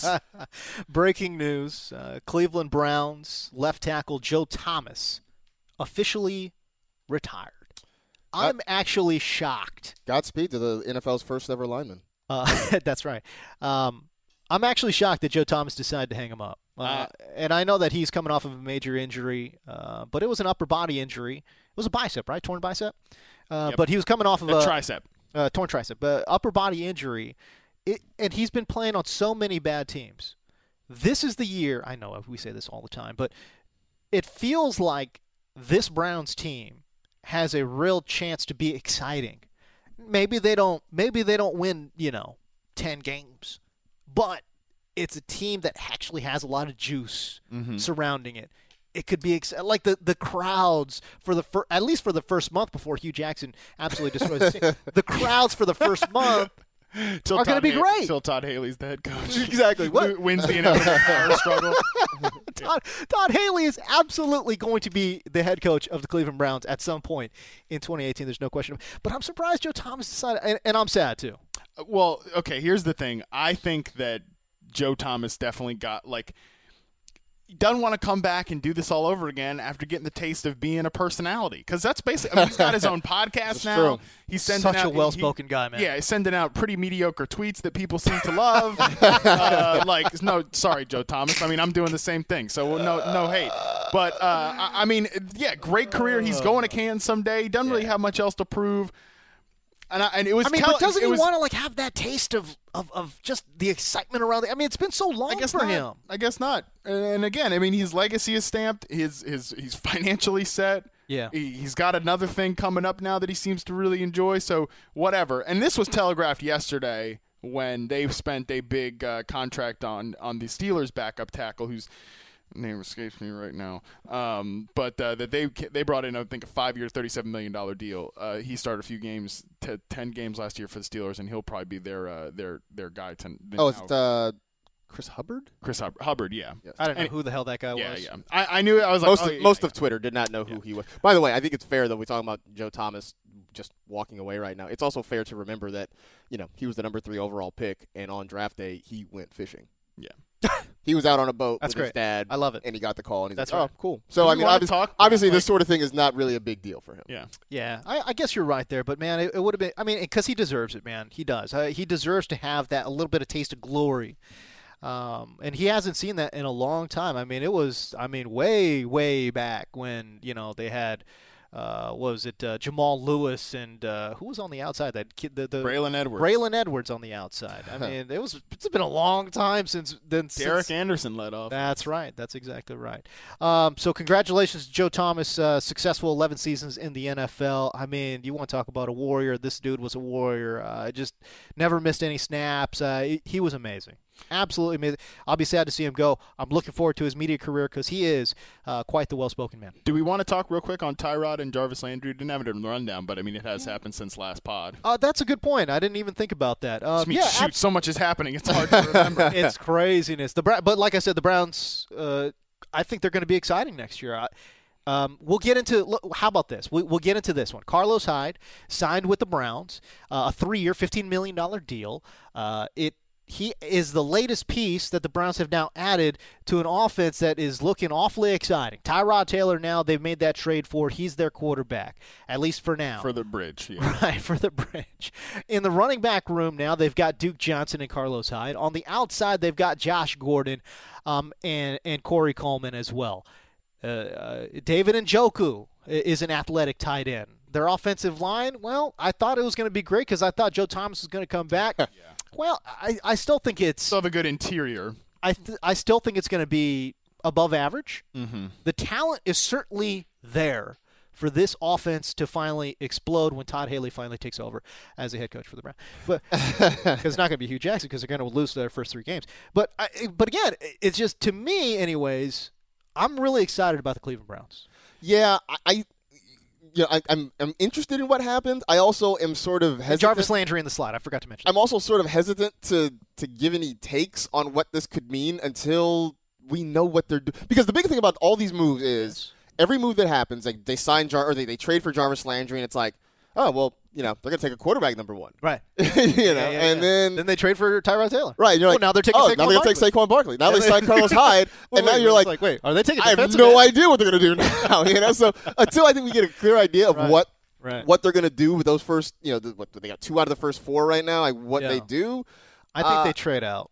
S1: Breaking news uh, Cleveland Browns left tackle Joe Thomas officially retired. I'm actually shocked.
S3: Godspeed to the NFL's first ever lineman.
S1: Uh, that's right. Um, I'm actually shocked that Joe Thomas decided to hang him up. Uh,
S2: Uh,
S1: and I know that he's coming off of a major injury, uh, but it was an upper body injury. It was a bicep, right? Torn bicep. Uh,
S2: Yep.
S1: But he was coming off of
S2: a tricep.
S1: uh, torn tricep, but upper body injury. It, and he's been playing on so many bad teams. This is the year. I know we say this all the time, but it feels like this Browns team has a real chance to be exciting. Maybe they don't. Maybe they don't win. You know, ten games, but it's a team that actually has a lot of juice
S2: Mm-hmm.
S1: surrounding it. It could be ex- like the, the crowds for the fir- at least for the first month before Hugh Jackson absolutely destroys the, team. the crowds for the first month.
S2: till
S1: are gonna
S2: Todd
S1: be
S2: Ha-
S1: great.
S2: Till Todd Haley's the head coach.
S1: Exactly. What-
S2: Who wins the NFL power struggle?
S1: Todd, Todd Haley is absolutely going to be the head coach of the Cleveland Browns at some point in 2018. There's no question. But I'm surprised Joe Thomas decided, and, and I'm sad too.
S2: Uh, Well, okay. Here's the thing. I think that Joe Thomas definitely got like he doesn't want to come back and do this all over again after getting the taste of being a personality because that's basically. I mean, he's got his own podcast
S3: It's
S2: now.
S3: true.
S2: He's sending
S1: Such a
S2: out he-
S1: well-spoken guy, man.
S2: Yeah, he's sending out pretty mediocre tweets that people seem to love. uh, like, no, sorry, Joe Thomas. I mean, I'm doing the same thing, so no, no hate. But uh, I, I mean, yeah, great career. He's going to Cannes someday. Doesn't really have much else to prove. And, I, and it was.
S1: I mean,
S2: tell-
S1: but doesn't
S2: it
S1: he
S2: was,
S1: want to like have that taste of, of, of just the excitement around? The, I mean, it's been so long
S2: I guess
S1: for
S2: not.
S1: him.
S2: I guess not. And again, I mean, his legacy is stamped. His his he's financially set.
S1: Yeah.
S2: He, he's got another thing coming up now that he seems to really enjoy. So whatever. And this was telegraphed yesterday when they spent a big uh, contract on on the Steelers backup tackle, whose name escapes me right now. Um, but uh, that they they brought in, I think, a five year, thirty seven million dollar deal. Uh, he started a few games, t- ten games last year for the Steelers, and he'll probably be their uh, their their guy. Ten,
S3: Oh, it's uh, Chris Hubbard.
S2: Chris Hub- Hubbard, yeah.
S1: I don't know
S2: And-
S1: who the hell that guy
S2: Yeah,
S1: was.
S2: yeah. I, I knew it. I was like,
S3: most
S2: oh,
S3: of,
S2: yeah,
S3: most
S2: yeah.
S3: of Twitter did not know who he was. By the way, I think it's fair that we're talking about Joe Thomas just walking away right now. It's also fair to remember that you know he was the number three overall pick, and on draft day he went fishing.
S2: Yeah.
S3: he was out on a boat
S1: That's
S3: with his
S1: great.
S3: dad.
S1: I love it.
S3: and he got the call, and he's
S1: That's
S3: like,
S1: right.
S3: "Oh, cool." So
S2: Do
S3: I
S2: we
S3: mean,
S2: wanna
S3: obvi-
S2: talk-
S3: obviously,
S2: like-
S3: this sort of thing is not really a big deal for him.
S2: Yeah.
S1: Yeah, I, I guess you're right there, but man, it, it would have been. I mean, because he deserves it, man. He does. Uh, he deserves to have that a little bit of taste of glory, um, and he hasn't seen that in a long time. I mean, it was. I mean, way, way back when you know they had. Uh, what was it? Uh, Jamal Lewis and uh, who was on the outside? That kid, the, the
S2: Braylon Edwards.
S1: Braylon Edwards on the outside. I mean, it was. It's been a long time since then.
S2: Derek
S1: since,
S2: Anderson led off.
S1: that's right. That's exactly right. Um, so congratulations, to Joe Thomas. Uh, successful 11 seasons in the NFL. I mean, you want to talk about a warrior? This dude was a warrior. Uh, just never missed any snaps. Uh, he- he was amazing. Absolutely amazing. I'll be sad to see him go. I'm looking forward to his media career because he is uh, quite the well-spoken man.
S2: Do we want to talk real quick on Tyrod and Jarvis Landry? Didn't have it in the rundown, but I mean, it has happened since last pod.
S1: Uh, that's a good point. I didn't even think about that.
S3: Uh,
S1: Um,
S2: I mean,
S1: yeah,
S2: shoot, so much is happening. It's hard to remember.
S1: it's craziness. The Bra- but like I said, the Browns. Uh, I think they're going to be exciting next year. I, um, we'll get into. Look, how about this? We, we'll get into this one. Carlos Hyde signed with the Browns, uh, a three-year, fifteen million dollar deal. Uh, it. He is the latest piece that the Browns have now added to an offense that is looking awfully exciting. Tyrod Taylor now they've made that trade for. He's their quarterback, at least for now.
S2: For the bridge, yeah.
S1: Right, for the bridge. In the running back room now, they've got Duke Johnson and Carlos Hyde. On the outside, they've got Josh Gordon um, and, and Corey Coleman as well. Uh, uh, David Njoku, i- is an athletic tight end. Their offensive line, well, I thought it was going to be great because I thought Joe Thomas was going to come back. Well, I, I still think it's
S2: Still have a good interior.
S1: I th- I still think it's going to be above average. Mm-hmm. The talent is certainly there for this offense to finally explode when Todd Haley finally takes over as the head coach for the Browns. But 'cause it's not going to be Hugh Jackson because they're going to lose their first three games. But I, but again, it's just to me, anyways. I'm really excited about the Cleveland Browns.
S3: Yeah, I, I you know, I, I'm I'm interested in what happened. I also am sort of hesitant.
S1: Jarvis Landry in the slot. I forgot to mention.
S3: I'm also sort of hesitant to to give any takes on what this could mean until we know what they're doing. Because the big thing about all these moves is every move that happens, like they sign Jar or they, they trade for Jarvis Landry, and it's like, oh well, you know, they're gonna take a quarterback number one,
S1: Right.
S3: you know, and then.
S1: then they trade for Tyrod Taylor.
S3: Right, you're
S1: Oh,
S3: like,
S1: now they're taking
S3: oh,
S1: Saquon
S3: now they're gonna
S1: Barkley.
S3: take Saquon Barkley. Now
S1: Yeah,
S3: they
S1: they-
S3: signed Carlos Hyde,
S1: Well,
S3: and now
S1: wait,
S3: you're
S1: it's
S3: like,
S1: wait, are they taking?
S3: I have
S1: defensive
S3: no
S1: end?
S3: idea what they're going to do now. You know, so until I think we get a clear idea of
S1: Right.
S3: what
S1: Right.
S3: what they're going to do with those first, you know, the, what they got two out of the first four right now. Like what they
S1: Yeah.
S3: do,
S1: I think
S3: Uh,
S1: they trade out.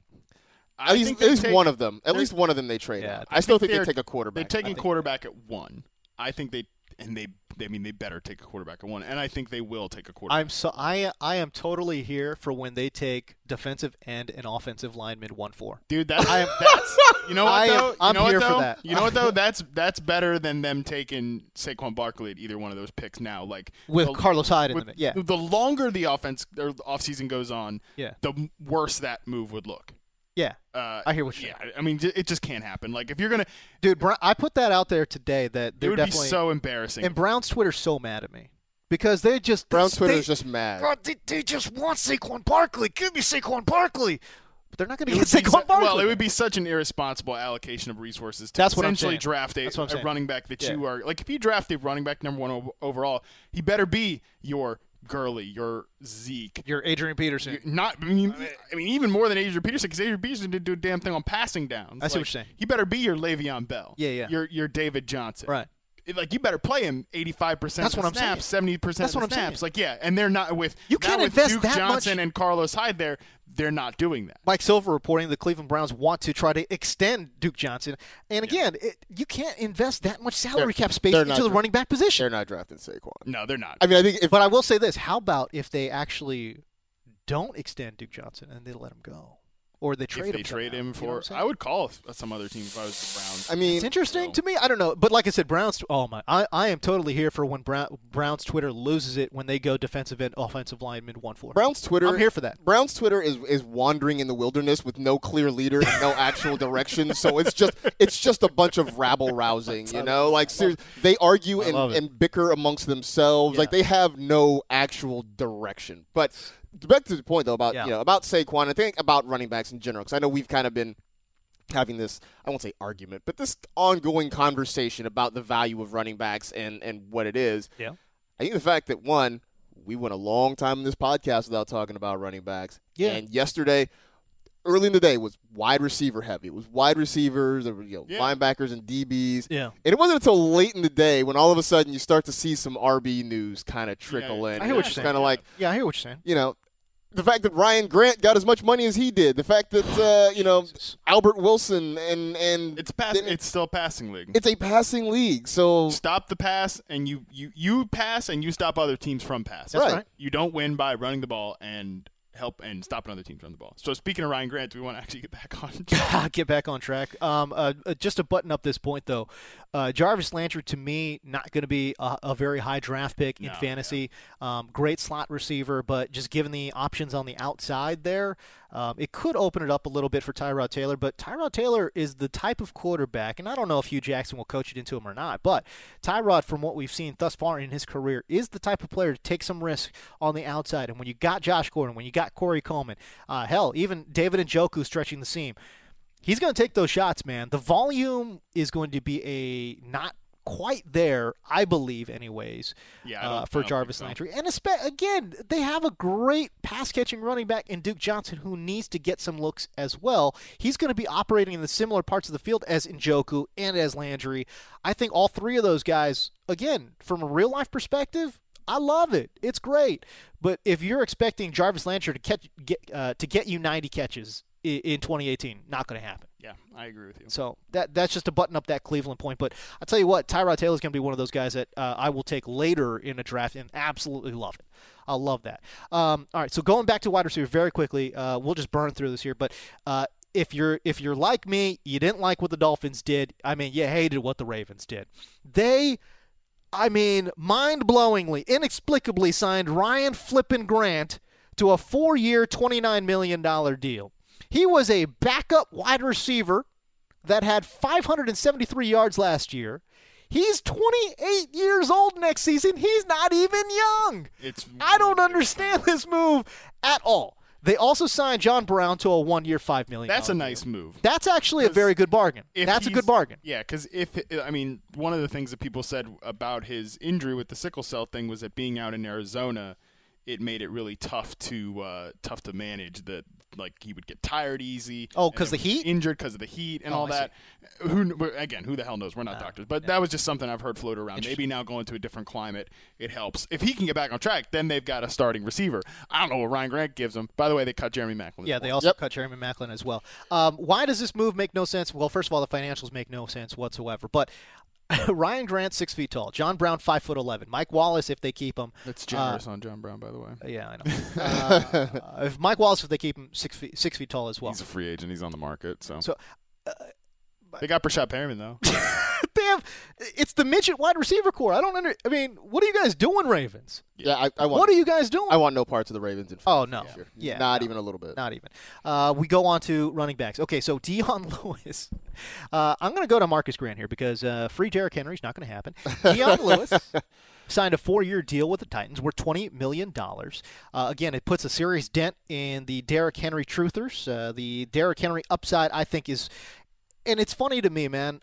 S3: at least,
S2: think
S3: at
S2: they
S3: least
S2: take-
S3: one of them, at
S2: they're-
S3: least one of them they trade.
S1: Yeah,
S3: out.
S1: I
S3: I still think
S2: think
S3: they
S2: they're-
S3: take a quarterback.
S2: They're taking
S3: I think.
S2: quarterback at one. I think they and they. I mean, they better take a quarterback at one, and I think they will take a quarterback.
S1: I'm so I I am totally here for when they take defensive end and offensive lineman one four.
S2: Dude, that I am, that's you know what
S1: I am-
S2: though.
S1: I'm
S2: you know
S1: here
S2: what,
S1: for
S2: though?
S1: that.
S2: You know what though? That's that's better than them taking Saquon Barkley at either one of those picks now. Like
S1: With
S2: the-
S1: Carlos Hyde in
S2: with-
S1: the mid- yeah.
S2: The longer the offense or the offseason goes on,
S1: Yeah.
S2: the m- worse that move would look.
S1: Yeah,
S2: Uh,
S1: I hear what you're
S2: yeah, I mean, j- it just can't happen. Like if you're gonna,
S1: dude. Bra- I put that out there today that
S2: it
S1: they're
S2: would be
S1: definitely
S2: so embarrassing.
S1: and Brown's Twitter's so mad at me because they just
S3: Brown Twitter
S1: they,
S3: is just mad.
S1: God, they, they just want Saquon Barkley. Give me Saquon Barkley. But they're not going
S2: It
S1: to get
S2: would be
S1: Saquon
S2: su-
S1: Barkley.
S2: well, it would be such an irresponsible allocation of resources to
S1: That's what I'm
S2: essentially
S1: saying.
S2: draft a,
S1: That's what I'm
S2: a
S1: saying.
S2: running back that
S1: Yeah.
S2: you are like. If you draft a running back number one o- overall, he better be your Gurley, your Zeke.
S1: You're Adrian Peterson.
S2: You're Not, I mean, I mean, even more than Adrian Peterson, because Adrian Peterson didn't do a damn thing on passing downs.
S1: I see what
S2: Like,
S1: you're saying.
S2: He better be your Le'Veon Bell.
S1: Yeah, yeah.
S2: Your your David Johnson.
S1: Right.
S2: It- Like you better play him eighty five percent.
S1: That's
S2: of the
S1: what I'm saying.
S2: snaps, Seventy percent
S1: That's
S2: of
S1: what
S2: the
S1: I'm
S2: snaps.
S1: saying.
S2: Like yeah, and they're not with
S1: You
S2: not
S1: can't
S2: with
S1: invest
S2: Duke
S1: that
S2: Johnson
S1: much-
S2: and Carlos Hyde. There, they're not doing that.
S1: Mike Silver reporting the Cleveland Browns want to try to extend Duke Johnson. And again, it, you can't invest that much salary
S3: They're-
S1: cap space
S3: they're
S1: into
S3: not
S1: the
S3: dra-
S1: running back position.
S3: They're not drafting Saquon.
S2: No, they're not.
S3: I mean, I think if
S1: But I will say this: How about if they actually don't extend Duke Johnson and they let him go, or they trade
S2: if
S1: him?
S2: they trade
S1: somehow?
S2: him
S1: You know what
S2: for,
S1: I'm saying?
S2: I would call f- some other team if I was the Browns.
S3: I mean,
S1: It's interesting
S2: No.
S1: to me. I don't know, but like I said, Browns. Oh my, I, I am totally here for when Brown, Browns Twitter loses it when they go defensive end, offensive lineman, one four.
S3: Brown's Twitter.
S1: I'm here for that.
S3: Brown's Twitter is is wandering in the wilderness with no clear leader and no actual direction. So it's just it's just a bunch of rabble rousing, you know. Like ser- they argue and,
S1: love it.
S3: and bicker amongst themselves. Like they have no actual direction. But back to the point though about
S1: Yeah.
S3: you know about Saquon. I think about running backs in general because I know we've kind of been having this I won't say argument, but this ongoing conversation about the value of running backs and and what it is.
S1: Yeah.
S3: I think the fact that one, we went a long time in this podcast without talking about running backs.
S1: Yeah.
S3: And yesterday, early in the day, was wide receiver heavy. It was wide receivers, there were you know,
S2: Yeah.
S3: linebackers and DBs.
S1: Yeah.
S3: And it wasn't until late in the day when all of a sudden you start to see some RB news kind of trickle in.
S2: I
S1: hear what
S3: It's
S1: you're
S3: Kind of
S2: saying.
S3: like
S1: Yeah, I hear what you're saying.
S3: you know, the fact that Ryan Grant got as much money as he did, the fact that uh, you know Albert Wilson and and
S2: it's pass,
S3: didn't-
S2: It's still passing league.
S3: it's a passing league, so
S2: stop the pass, and you you you pass, and you stop other teams from pass.
S3: That's Right.
S1: right.
S2: You don't win by running the ball and help and stopping other teams from the ball. So speaking of Ryan Grant, do we want to actually get back on?
S1: Get back on track. Um, uh, uh, just to button up this point though, uh, Jarvis Landry to me not going to be a, a very high draft pick in
S2: No,
S1: fantasy. Um, great slot receiver, but just given the options on the outside there, um, it could open it up a little bit for Tyrod Taylor. But Tyrod Taylor is the type of quarterback, and I don't know if Hugh Jackson will coach it into him or not. But Tyrod, from what we've seen thus far in his career, is the type of player to take some risk on the outside. And when you got Josh Gordon, when you got Corey Coleman, uh, hell, even David and Joku stretching the seam he's going to take those shots, man. The volume is going to be a not quite there, I believe, anyways.
S2: Yeah, I
S1: uh,
S2: don't-
S1: for
S2: I don't
S1: Jarvis
S2: think so.
S1: Landry, and espe- again, they have a great pass catching running back in Duke Johnson who needs to get some looks as well. He's going to be operating in the similar parts of the field as Njoku and as Landry. I think all three of those guys, again, from a real life perspective. I love it. It's great, but if you're expecting Jarvis Landry to catch get, uh, to get you 90 catches i- in 2018. Not going to happen.
S2: Yeah, I agree with you.
S1: So that that's just to button up that Cleveland point. But I tell you what, Tyrod Taylor is going to be one of those guys that uh, I will take later in a draft and absolutely love it. I love that. Um, all right, so going back to wide receiver very quickly, uh, we'll just burn through this here. But uh, if you're if you're like me, you didn't like what the Dolphins did. I mean, you hated what the Ravens did. They I mean, mind blowingly, inexplicably signed Ryan Flippin Grant to a four year, $29 million deal. He was a backup wide receiver that had 573 yards last year. He's 28 years old next season. He's not even young.
S2: It's
S1: I don't understand this move at all. They also signed John Brown to a one year, $5 million.
S2: That's a
S1: deal.
S2: nice move.
S1: That's actually a very good bargain.
S2: if
S1: That's a
S2: he's-
S1: good bargain.
S2: Yeah, because if I mean, one of the things that people said about his injury with the sickle cell thing was that being out in Arizona, it made it really tough to uh, tough to manage. That like he would get tired easy.
S1: Oh,
S2: and
S1: 'cause
S2: he
S1: the
S2: was
S1: heat? Oh,
S2: injured because of the heat and
S1: I Uh,
S2: all that. Who kn- but again? Who the hell knows? We're not doctors, but that was just something I've heard float around. Maybe now going to a different climate, it helps. If he can get back on track, then they've got a starting receiver. I don't know what Ryan Grant gives them. By the way, they cut Jeremy Macklin.
S1: Yeah, they also
S3: Yep.
S1: cut Jeremy Macklin as well. Um, why does this move make no sense? Well, first of all, the financials make no sense whatsoever. But Ryan Grant, six feet tall. John Brown, five foot eleven. Mike Wallace, if they keep him,
S2: that's generous on John Brown. By the way,
S1: yeah, I know. Uh, if Mike Wallace, if they keep him, six feet, six feet tall as well.
S2: he's a free agent. He's on the market. So,
S1: So-
S2: they got Brashad Perriman though.
S1: They have, it's the midget wide receiver core. I don't under. I mean, what are you guys doing, Ravens?
S3: Yeah, I, I want.
S1: What are you guys doing?
S3: I want no parts of the Ravens. In
S1: Oh,
S3: fantasy
S1: no.
S3: this year.
S1: Yeah,
S3: not
S1: no.
S3: even a little bit.
S1: Not even. Uh, we go on to running backs. Okay, so Dion Lewis. Uh, I'm going to go to Marcus Grant here because uh, free Derrick Henry's not going to happen. Dion Lewis signed a four-year deal with the Titans worth twenty million dollars. Uh, again, it puts a serious dent in the Derrick Henry truthers. Uh, the Derrick Henry upside, I think, is, and it's funny to me, man.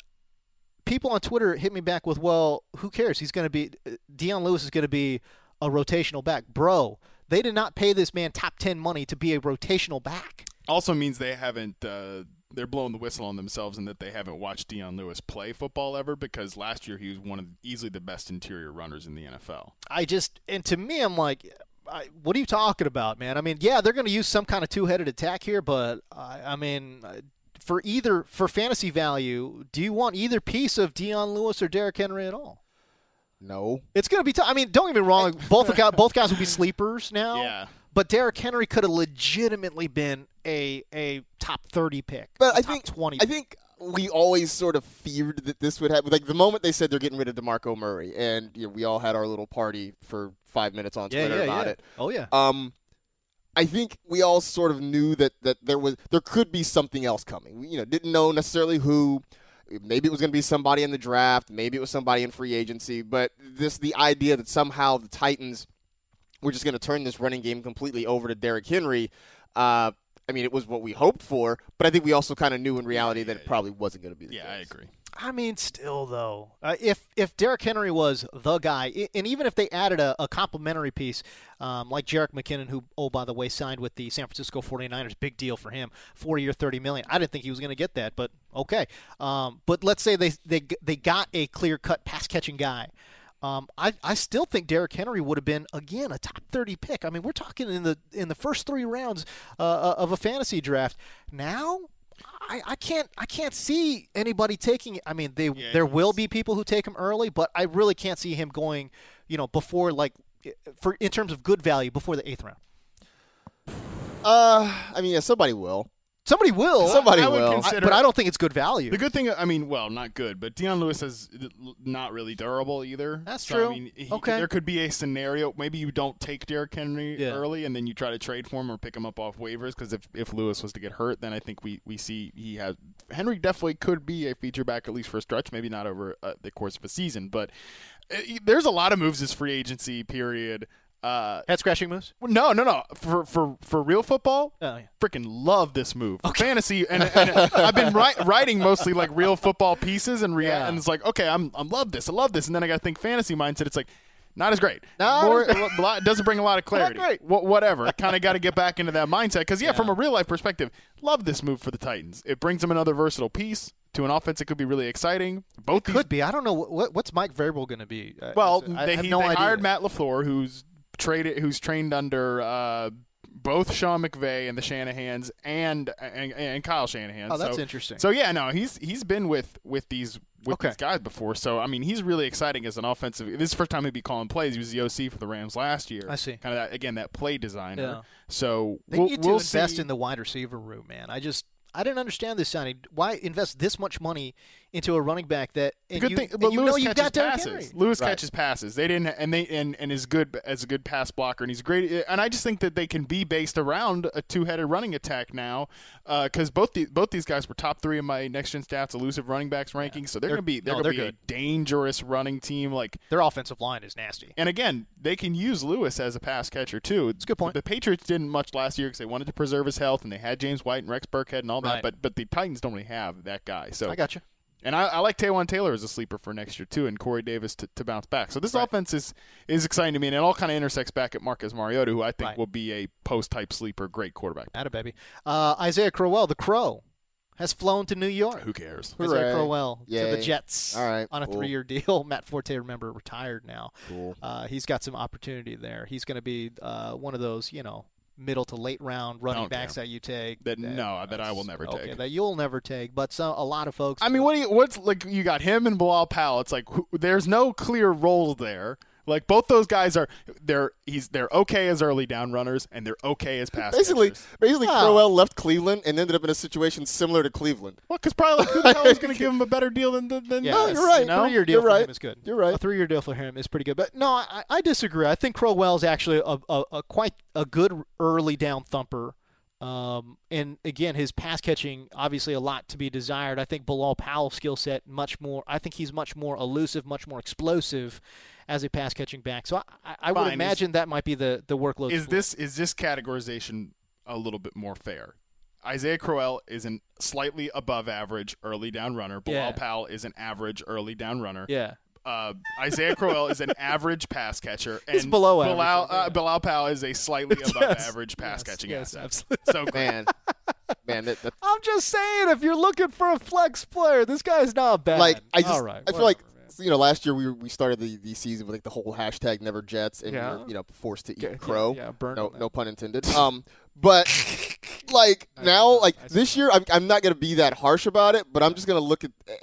S1: People on Twitter hit me back with, "Well, who cares? He's going to be Dion Lewis is going to be a rotational back, bro." They did not pay this man top ten money to be a rotational back.
S2: also means they haven't uh, they're blowing the whistle on themselves and that they haven't watched Dion Lewis play football ever because last year he was one of easily the best interior runners in the NFL.
S1: I just and to me, I'm like, I, what are you talking about, man? I mean, yeah, they're going to use some kind of two-headed attack here, but I, I mean, uh, for either for fantasy value, do you want either piece of Dion Lewis or Derrick Henry at all?
S3: No.
S1: It's going to be tough. I mean, don't get me wrong. Both guys, both guys will be sleepers now.
S2: Yeah.
S1: But Derrick Henry could have legitimately been a a top thirty pick,
S3: But
S1: a
S3: I
S1: top
S3: think
S1: twenty.
S3: I think we always sort of feared that this would happen. Like the moment they said they're getting rid of Demarco Murray, and you know, we all had our little party for five minutes on
S1: yeah,
S3: Twitter
S1: yeah,
S3: about
S1: yeah.
S3: it.
S1: Oh yeah.
S3: Um, I think we all sort of knew that, that there was there could be something else coming. We, you know, didn't know necessarily who. Maybe it was going to be somebody in the draft. Maybe it was somebody in free agency. But this the idea that somehow the Titans were just going to turn this running game completely over to Derrick Henry. Uh, I mean, it was what we hoped for, but I think we also kind of knew in reality that it probably wasn't going to be the
S2: Yeah,
S3: case.
S2: I agree.
S1: I mean, still though, uh, if if Derrick Henry was the guy, i- and even if they added a, a complimentary piece um, like Jarek McKinnon, who oh by the way signed with the San Francisco 49ers, big deal for him, four year, thirty million. I didn't think he was going to get that, but okay. Um, but let's say they they g- they got a clear cut pass catching guy. Um, I, I still think Derrick Henry would have been again a top 30 pick. I mean, we're talking in the in the first three rounds uh, of a fantasy draft. Now, I, I can't I can't see anybody taking it. I mean, they there will be people who take him early, but I really can't see him going, you know, before like for in terms of good value before the eighth round.
S3: Uh, I mean, yeah, somebody will.
S1: Somebody will,
S3: Somebody
S2: I would
S3: will.
S2: consider-
S1: I- but I don't think it's good value.
S2: The good thing, I mean, well, not good, but Deion Lewis is not really durable either.
S1: That's
S2: So,
S1: true.
S2: I mean, he-
S1: Okay.
S2: There could be a scenario. Maybe you don't take Derrick Henry
S1: Yeah.
S2: early, and then you try to trade for him or pick him up off waivers. Because if, if Lewis was to get hurt, then I think we, we see he has Henry definitely could be a feature back at least for a stretch. Maybe not over uh, the course of a season, but uh, there's a lot of moves this free agency period. Uh,
S1: Head scratching moves.
S2: no, no, no. For for for real football,
S1: Oh, yeah.
S2: freaking love this move. For Fantasy, and, and I've been wri- writing mostly like real football pieces, and rea- and it's like, okay, I'm I'm love this, I love this, and then I got to think fantasy mindset. It's like. Not as great.
S1: Not
S2: More,
S1: as
S2: a lot- doesn't bring a lot of clarity.
S1: great.
S2: Wha- whatever. Kind of got to get back into that mindset because yeah, from a real life perspective, love this move for the Titans. It brings them another versatile piece to an offense that could be really exciting. Both these
S1: Could be. I don't know what what's Mike Variable going to be. I-
S2: well,
S1: Uh, I
S2: they,
S1: have
S2: he-
S1: no
S2: they
S1: idea.
S2: hired Matt Lafleur, who's traded, who's trained under uh, both Sean McVay and the Shanahan's and and, and Kyle Shanahan.
S1: Oh, that's
S2: So-
S1: interesting.
S2: So yeah, no, he's he's been with with these with
S1: Okay.
S2: these guys before. So I mean, he's really exciting as an offensive. This is the first time he'd be calling plays. He was the OC for the Rams last year.
S1: I see.
S2: Kind of that again that play designer.
S1: Yeah.
S2: So
S1: They
S2: we'll,
S1: need to
S2: we'll
S1: invest
S2: see.
S1: in the wide receiver room, man. I just I didn't understand this signing. Why invest this much money into a running back that and
S2: Good
S1: you,
S2: thing,
S1: and
S2: but
S1: you
S2: Lewis
S1: know you've
S2: catches
S1: got Derrick
S2: passes.
S1: Henry.
S2: Lewis
S3: Right.
S2: catches passes. They didn't, and they and and is good as a good pass blocker, and he's great. And I just think that they can be based around a two-headed running attack now, because both the, both these guys were top three in my next-gen stats elusive running backs ranking. So they're,
S1: They're-
S2: going to be they're
S1: no,
S2: going to
S1: they're
S2: be a dangerous running team. Like
S1: Their offensive line is nasty.
S2: and again, they can use Lewis as a pass catcher too. It's a
S1: good point.
S2: The Patriots didn't much last year because they wanted to preserve his health, and they had James White and Rex Burkhead and all that.
S1: Right.
S2: But but the Titans don't really have that guy. So
S1: I got you.
S2: and I, I like Taywan Taylor as a sleeper for next year too, and Corey Davis to, to bounce back. So this offense is is exciting to me, and it all kind of intersects back at Marcus Mariota, who I think
S1: Right.
S2: will be a post type sleeper, great quarterback.
S1: Atta baby. Uh, Isaiah Crowell, the Crow, has flown to New York.
S2: Who cares?
S1: Isaiah
S3: Hooray.
S1: Crowell to the
S3: Yay.
S1: Jets
S3: All right,
S1: on a
S3: cool.
S1: three-year deal. Matt Forte, remember, retired now.
S3: Cool.
S1: Uh, he's got some opportunity there. He's going to be uh, one of those, you know, middle to late round running
S2: don't
S1: backs that you take.
S2: That- no, that I will never
S1: okay,
S2: take.
S1: That you'll never take, but some, a lot of folks.
S2: I mean, what do you? What's like? You got him and Bilal Powell. It's like who, there's no clear role there. Like both those guys are they're he's they're okay as early down runners, and they're okay as pass
S3: Basically,
S2: catchers.
S3: basically,
S1: Oh.
S3: Crowell left Cleveland and ended up in a situation similar to Cleveland.
S2: Well, because probably like, who the hell is going to give him a better deal than than, than
S1: Yeah,
S3: No,
S2: this,
S3: you're right.
S2: You know?
S1: three-year deal
S3: You're
S1: for
S3: right.
S1: him is good.
S3: You're right.
S1: A three-year deal for him is pretty good. But no, I, I disagree. I think Crowell's actually a, a, a quite a good early down thumper. Um, and again, his pass catching obviously a lot to be desired. I think Bilal Powell's skill set much more. I think he's much more elusive, much more explosive as a pass catching back. So I, I, I
S2: Fine.
S1: would
S2: Is-
S1: imagine that might be the the workload.
S2: Is
S1: split.
S2: this is this categorization a little bit more fair? Isaiah Crowell is an slightly above average early down runner. Bilal
S1: Yeah.
S2: Powell is an average early down runner.
S1: Yeah.
S2: Uh, Isaiah Crowell is an average pass catcher. And
S1: He's below average,
S2: Bilal,
S1: yeah.
S2: Uh, Bilal Powell is a slightly above
S1: Yes.
S2: average pass catching
S1: Yes,
S2: asset.
S1: absolutely.
S2: So great.
S3: Man, man, that, that,
S1: I'm just saying, if you're looking for a flex player, this guy's not bad.
S3: like I just
S1: All right,
S3: I feel like
S1: whatever, man.
S3: you know last year we were, we started the, the season with like the whole hashtag never Jets and
S1: Yeah.
S3: we were, you know forced to eat
S1: Yeah, yeah,
S3: crow.
S1: yeah, burned
S3: no,
S1: on that.
S3: no pun intended. um, but like now, like this year, I'm, I'm not gonna be that harsh about it, but I'm just gonna look at uh,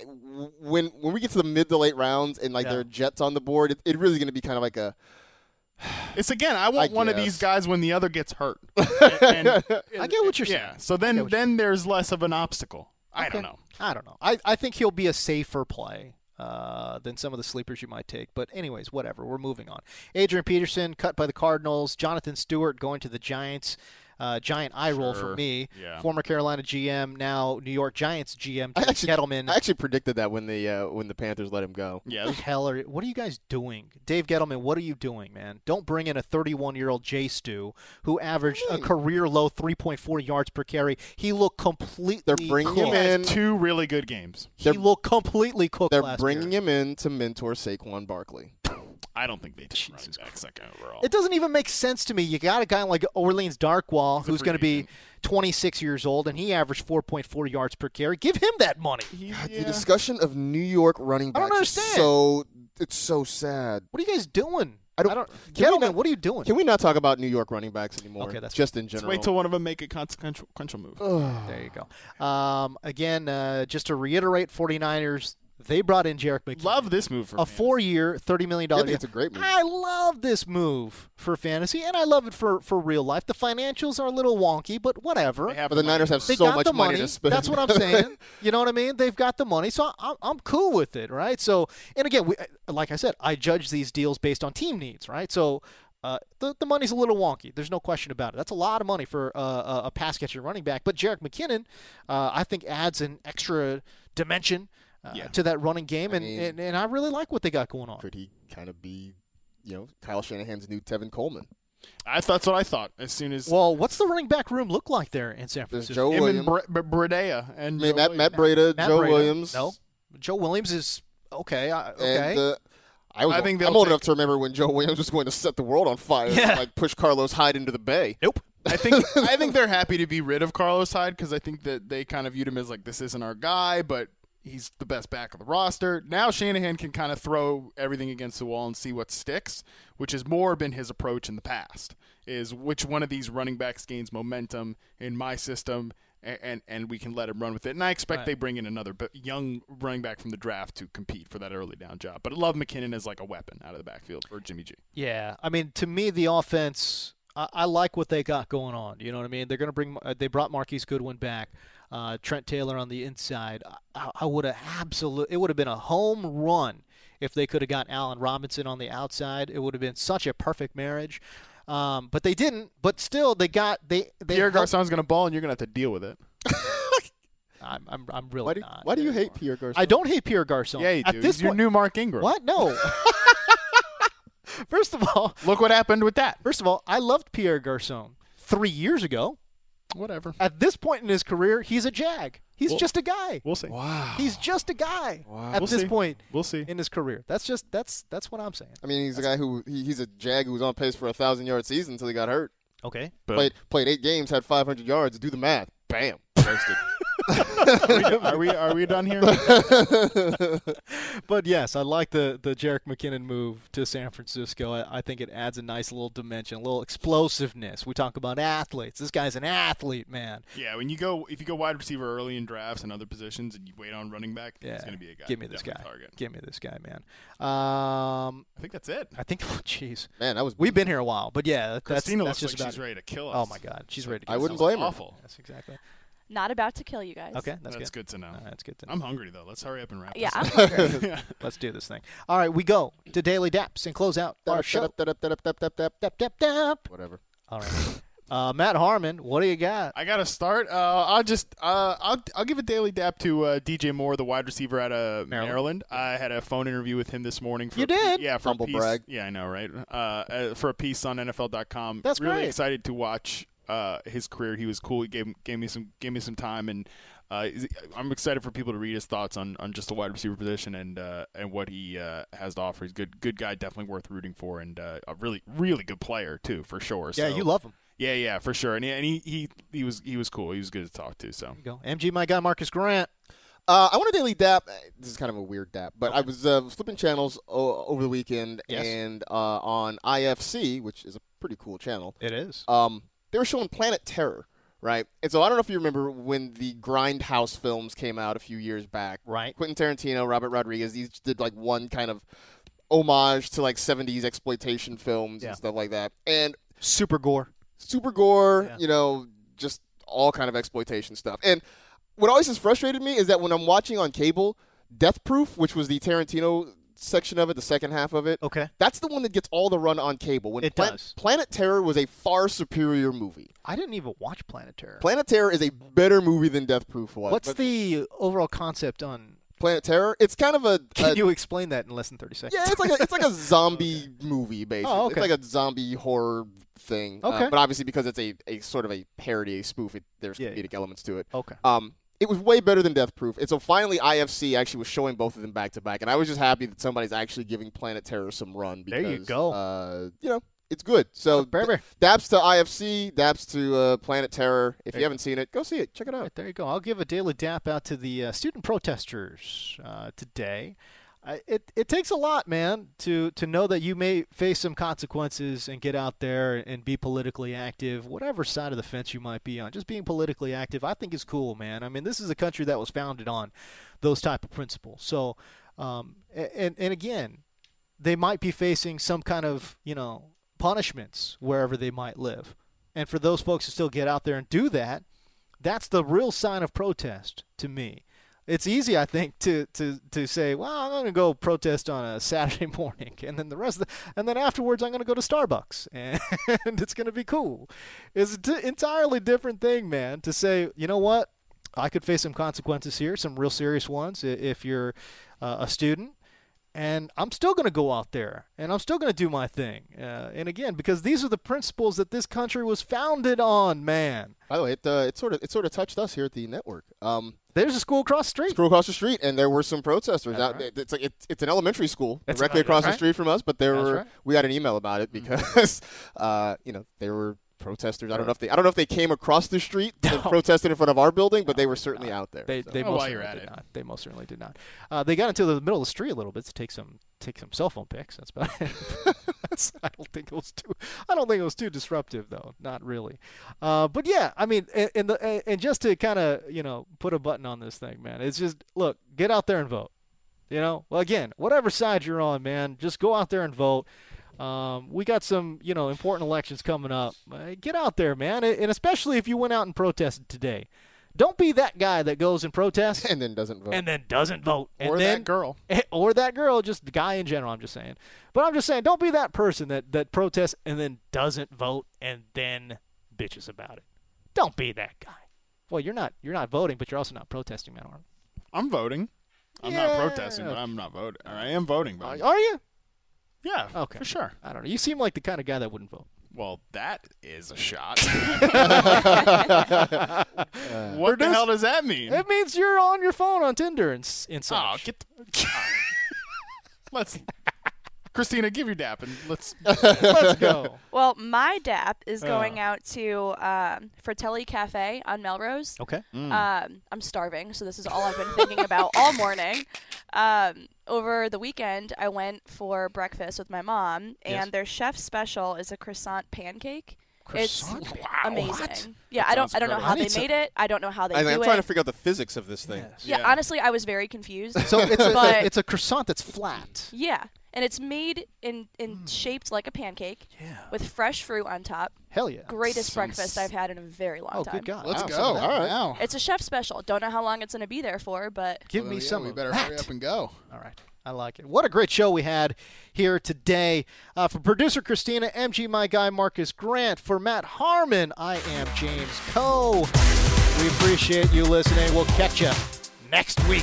S3: when when we get to the mid to late rounds and like
S1: Yeah.
S3: there are Jets on the board. It, it really gonna be kind of like a
S2: It's again, I want
S3: I
S2: one of these
S3: guess.
S2: guys when the other gets hurt. And- and-
S1: I get what you're saying.
S2: yeah. So then then there's less of an obstacle. I don't know.
S1: I don't know. I, I think he'll be a safer play uh, than some of the sleepers you might take. But, anyways, whatever. We're moving on. Adrian Peterson cut by the Cardinals. Jonathan Stewart going to the Giants. Uh, giant eye roll for
S2: Sure.
S1: me.
S2: Yeah.
S1: Former Carolina GM, now New York Giants GM.
S3: I
S1: Jim
S3: actually
S1: Gettleman.
S3: I actually predicted that when the uh, when the Panthers let him go.
S2: Yeah.
S1: What the hell are what are you guys doing? Dave Gettleman, what are you doing, man? Don't bring in a 31-year-old Jay Stu who averaged a career low 3.4 yards per carry. He looked completely
S3: They're bringing him
S1: cooked.
S3: in.
S2: Two really good games.
S1: He
S3: They're-
S1: looked completely cooked
S3: They're
S1: last
S3: bringing
S1: year.
S3: him in to mentor Saquon Barkley.
S2: I don't think they took running back second overall.
S1: It doesn't even make sense to me. You got a guy like Orleans Darkwall
S2: a
S1: who's
S2: free
S1: going to be
S2: agent.
S1: 26 years old and he averaged 4.4 yards per carry. Give him that money.
S3: God, The discussion of New York running
S1: I
S3: backs
S1: don't
S3: is
S1: understand.
S3: so it's so sad.
S1: What are you guys doing?
S3: I don't- can we
S1: Gettleman,
S3: not-
S1: what are you doing?
S3: Can we not talk about New York running backs anymore?
S1: Okay, that's
S3: just in
S2: Let's
S3: general.
S2: wait till one of them make a consequential consequential move.
S1: There you go. Um, again, uh, just to reiterate, 49ers, they brought in Jarek McKinnon.
S2: Love this move for
S1: a four-year, $30 million
S3: I
S1: dollar
S3: think
S1: deal.
S3: it's a great move.
S1: I love this move for fantasy, and I love it for, for real life. The financials are a little wonky, but whatever.
S2: They have
S3: But the Niners have
S1: They
S3: so
S1: got
S3: much
S1: the
S3: money.
S1: money.
S3: to spend.
S1: That's what I'm saying. you know what I mean? They've got the money, so I'm, I'm cool with it, right? So, and again, we, uh, like I said, I judge these deals based on team needs, right? So, uh, the, the money's a little wonky. There's no question about it. That's a lot of money for uh, a, a pass catching running back. But Jarek McKinnon, uh, I think, adds an extra dimension uh,
S2: Yeah.
S1: to that running game, and,
S3: mean-
S1: and, and I really like what they got going on.
S3: Could he kind of be, you know, Kyle Shanahan's new Tevin Coleman?
S2: I thought that's what I thought as soon as
S1: Well, what's the running back room look like there in San
S3: There's
S1: Francisco?
S3: Joe
S2: him
S3: Williams,
S2: and Bre- Bre- Bredea and
S3: I
S2: Joe
S3: mean, Matt,
S2: Williams.
S3: Matt Breda,
S1: Matt
S3: Joe
S1: Breida.
S3: Williams.
S1: No, Joe Williams is okay. I, okay.
S3: And, uh, I was,
S2: I think they'll
S3: am old
S2: take-
S3: enough to remember when Joe Williams was going to set the world on fire, and,
S1: Yeah.
S3: like push Carlos Hyde into the bay.
S1: nope.
S2: I think I think they're happy to be rid of Carlos Hyde because I think that they kind of viewed him as like this isn't our guy, but He's the best back of the roster. Now Shanahan can kind of throw everything against the wall and see what sticks, which has more been his approach in the past. Is which one of these running backs gains momentum in my system, and and, and we can let him run with it. And I expect
S1: Right.
S2: they bring in another but young running back from the draft to compete for that early down job. But I love McKinnon as like a weapon out of the backfield or Jimmy G.
S1: Yeah, I mean, to me, the offense, I, I like what they got going on. You know what I mean? They're going to bring. Uh, they brought Marquise Goodwin back. Uh, Trent Taylor on the inside. I, I would have absolute. It would have been a home run if they could have got Allen Robinson on the outside. It would have been such a perfect marriage. Um, but they didn't. But still, they got they. they
S2: Pierre
S1: helped-
S2: Garcon's going to ball, and you're going to have to deal with it.
S1: I'm, I'm, I'm really
S3: Why do,
S1: not.
S3: why do you hate Pierre Garcon?
S1: I don't hate Pierre Garcon.
S2: Yeah, you do.
S1: At this
S2: He's your
S1: point-
S2: new Mark Ingram.
S1: What? No. First of all,
S2: Look what happened with that.
S1: First of all, I loved Pierre Garcon three years ago.
S2: Whatever.
S1: At this point in his career, he's a jag. He's
S2: Well-
S1: just a guy.
S2: We'll see.
S3: Wow.
S1: He's just a guy at
S2: We'll
S1: this
S2: see.
S1: point
S2: We'll see.
S1: in his career. That's just that's that's what I'm saying.
S3: I mean, he's a guy who he, he's a jag who was on pace for a thousand yard season until he got hurt.
S1: Okay.
S2: Boom.
S3: Played played eight games, had 500 yards. Do the math. Bam. Roasted.
S2: are we are we done here?
S1: But yes, I like the the Jarek McKinnon move to San Francisco. I, I think it adds a nice little dimension, a little explosiveness. We talk about athletes. This guy's an athlete, man.
S2: yeah, when you go if you go wide receiver early in drafts and other positions and you wait on running back,
S1: Yeah.
S2: it's going to be a guy.
S1: Give me this guy.
S2: Definite Target.
S1: Give me this guy, man. Um,
S2: I think that's it.
S1: I think. oh, Jeez,
S3: Man, that was
S1: we've been here a while, but yeah, that- that's,
S2: Christina
S1: that's
S2: looks
S1: just
S2: like
S1: about
S2: she's
S1: it.
S2: ready to kill us.
S1: Oh my God, she's ready. To
S3: I
S1: go.
S3: wouldn't
S2: Sounds
S3: blame her.
S2: Awful.
S1: That's exactly.
S4: Not about to kill you guys.
S1: Okay, that's,
S2: That's,
S1: good.
S2: good. to know.
S1: All right, that's good to know.
S2: I'm hungry though. Let's hurry up and wrap.
S4: Yeah,
S2: This.
S4: I'm hungry.
S1: Let's do this thing. All right, we go to Daily Daps and close out our show. Dap, dap, dap.
S3: Whatever.
S1: All right. Uh, Matt Harmon, what do you got?
S2: I gotta start. Uh, I'll just uh, I'll I'll give a daily dap to uh, DJ Moore, the wide receiver out of
S1: Maryland.
S2: Maryland. I had a phone interview with him this morning. For
S1: You
S2: a piece-
S1: did?
S2: yeah, for
S3: Humble
S2: a piece,
S3: brag.
S2: Yeah, I know, right? Uh, uh, for a piece on NFL.com.
S1: That's
S2: really
S1: great.
S2: excited to watch uh, his career. He was cool. He gave gave me some gave me some time, and uh, is- I'm excited for people to read his thoughts on, on just the wide receiver position and uh, and what he uh, has to offer. He's a good good guy, definitely worth rooting for, and uh, a really really good player too, for sure.
S1: Yeah,
S2: So-
S1: you love him.
S2: yeah, yeah, for sure. And, he, and he, he he was he was cool. He was good to talk to. So
S1: There you go. MG, my guy, Marcus Grant.
S3: Uh, I want to daily dap. This is kind of a weird dap, but I was uh, flipping channels o- over the weekend,
S1: Yes.
S3: and uh, on IFC, which is a pretty cool channel,
S1: It is.
S3: um, they were showing Planet Terror, right? And so I don't know if you remember when the Grindhouse films came out a few years back.
S1: Right.
S3: Quentin Tarantino, Robert Rodriguez, each did like one kind of homage to like 70s exploitation films
S1: Yeah.
S3: and stuff like that. And
S1: Super gore.
S3: super gore,
S1: Yeah.
S3: you know, just all kind of exploitation stuff. And what always has frustrated me is that when I'm watching on cable, Death Proof, which was the Tarantino section of it, the second half of it,
S1: Okay.
S3: that's the one that gets all the run on cable. When
S1: It
S3: Plan-
S1: does.
S3: Planet Terror was a far superior movie.
S1: I didn't even watch Planet Terror.
S3: Planet Terror is a better movie than Death Proof was.
S1: What's
S3: But
S1: the overall concept on?
S3: Planet Terror? It's kind of a,
S1: Can
S3: a-
S1: you explain that in less than 30 seconds?
S3: Uh, yeah, it's like a, it's like a zombie movie basically.
S1: Oh, okay.
S3: It's like a zombie horror thing. Uh,
S1: Okay.
S3: but obviously because it's a, a sort of a parody, a spoof, it, there's
S1: Yeah, yeah.
S3: comedic elements to it.
S1: okay.
S3: Um, it was way better than Death Proof. And so finally, IFC actually was showing both of them back to back, and I was just happy that somebody's actually giving Planet Terror some run.
S1: There
S3: Because,
S1: you go.
S3: Uh, you know, it's good. So
S1: Very, very.
S3: daps to IFC, daps to uh, Planet Terror. If you haven't seen it, go see it. Check it
S1: All
S3: out.
S1: right, there you go. I'll give a daily dap out to the uh, student protesters uh, today. I, it, it takes a lot, man, to, to know that you may face some consequences and get out there and be politically active, whatever side of the fence you might be on. Just being politically active, I think, is cool, man. I mean, this is a country that was founded on those type of principles. So, um, a- and and again, they might be facing some kind of you know punishments wherever they might live, and for those folks to still get out there and do that, that's the real sign of protest to me. It's easy, I think, to, to, to say, well, I'm going to go protest on a Saturday morning, and then the rest of the, and then afterwards I'm going to go to Starbucks, and, it's going to be cool. It's an entirely different thing, man, to say, you know what, I could face some consequences here, some real serious ones i- if you're uh, a student and I'm still going to go out there and I'm still going to do my thing. Uh, and again, because these are the principles that this country was founded on, man.
S3: By the way, it, uh, it sort of it sort of touched us here at the network. Um,
S1: There's a school across the street.
S3: scroll across the street, and there were some protesters. Out, It's like it's, it's an elementary school
S1: That's
S3: directly
S1: right,
S3: across
S1: that's
S3: the street from us, but there
S1: That's
S3: were
S1: right.
S3: we got an email about it because uh, you know they were protesters. I don't know if they I don't know if they came across the street and protested in front of our building, but they were certainly out there.
S1: They,
S3: so.
S1: they
S2: Oh,
S1: most
S2: while you're
S1: certainly
S2: at
S1: did
S2: it.
S1: not. They most certainly did not. Uh, they got into the middle of the street a little bit to take some take some cell phone pics. That's about it. That's- I don't think it was too. I don't think it was too disruptive though. Not really. Uh, but yeah, I mean, and and, the, and- and just to kind of you know put a button on this thing, man. It's just look, get out there and vote. You know, well, again, whatever side you're on, man, just go out there and vote. Um, we got some, you know, important elections coming up. Uh, get out there, man, and especially if you went out and protested today. Don't be that guy that goes and protests
S3: and then doesn't vote.
S1: and then doesn't vote, and
S2: or
S1: then eh,
S2: that girl.
S1: or that girl, just the guy in general. I'm just saying, but I'm just saying, don't be that person that that protests and then doesn't vote and then bitches about it. Don't be that guy. Well, you're not you're not voting, but you're also not protesting, man. Arm.
S2: I'm voting. I'm
S1: Yeah.
S2: not protesting, but I'm not voting. Or I am voting, but I'm-
S1: Are you?
S2: yeah,
S1: Okay.
S2: for sure.
S1: I don't know. You seem like the kind of guy that wouldn't vote.
S2: Well, that is a shot. what the hell does that mean?
S1: It means you're on your phone on Tinder and s- and such.
S2: Oh, get the. let's. Christina, give your dap and let's.
S1: Let's go.
S4: Well, my DAP is going out to um, Fratelli Cafe on Melrose.
S1: Okay.
S4: Um, I'm starving, so this is all I've been thinking about all morning. Um, over the weekend, I went for breakfast with my mom, and their chef special is a croissant pancake. It's
S1: Croissant?
S4: amazing. Yeah, I don't, I don't know how they made it. I don't know how they
S3: I,
S4: do
S3: am
S4: it.
S3: trying to figure out the physics of this thing.
S4: yeah, honestly, I was very confused.
S1: So it's a,
S4: But-
S1: it's a croissant that's flat.
S4: yeah, and it's made in, in shaped like a pancake, with fresh fruit on top.
S1: Hell yeah.
S4: Greatest breakfast I've had in a very long
S1: Oh,
S4: time.
S1: good God.
S2: Let's
S1: Wow,
S2: go.
S1: some of that.
S2: All right. Now.
S4: It's a chef special. Don't know how long it's going to be there for, but
S1: Give me
S2: yeah,
S1: some
S2: We
S1: of
S2: better
S1: that.
S2: hurry up and go.
S1: All right. I like it. What a great show we had here today. Uh, for producer Christina, MG, my guy Marcus Grant, for Matt Harmon, I am James Coe. We appreciate you listening. We'll catch you next week.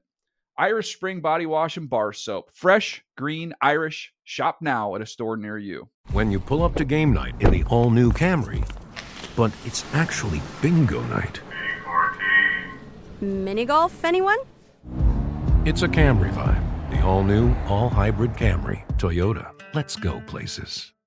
S5: Irish Spring Body Wash and Bar Soap. Fresh, green, Irish. Shop now at a store near you.
S6: When you pull up to game night in the all new Camry, but it's actually bingo night.
S7: Mini golf, anyone?
S6: It's a Camry vibe. The all new, all hybrid Camry. Toyota. Let's go places.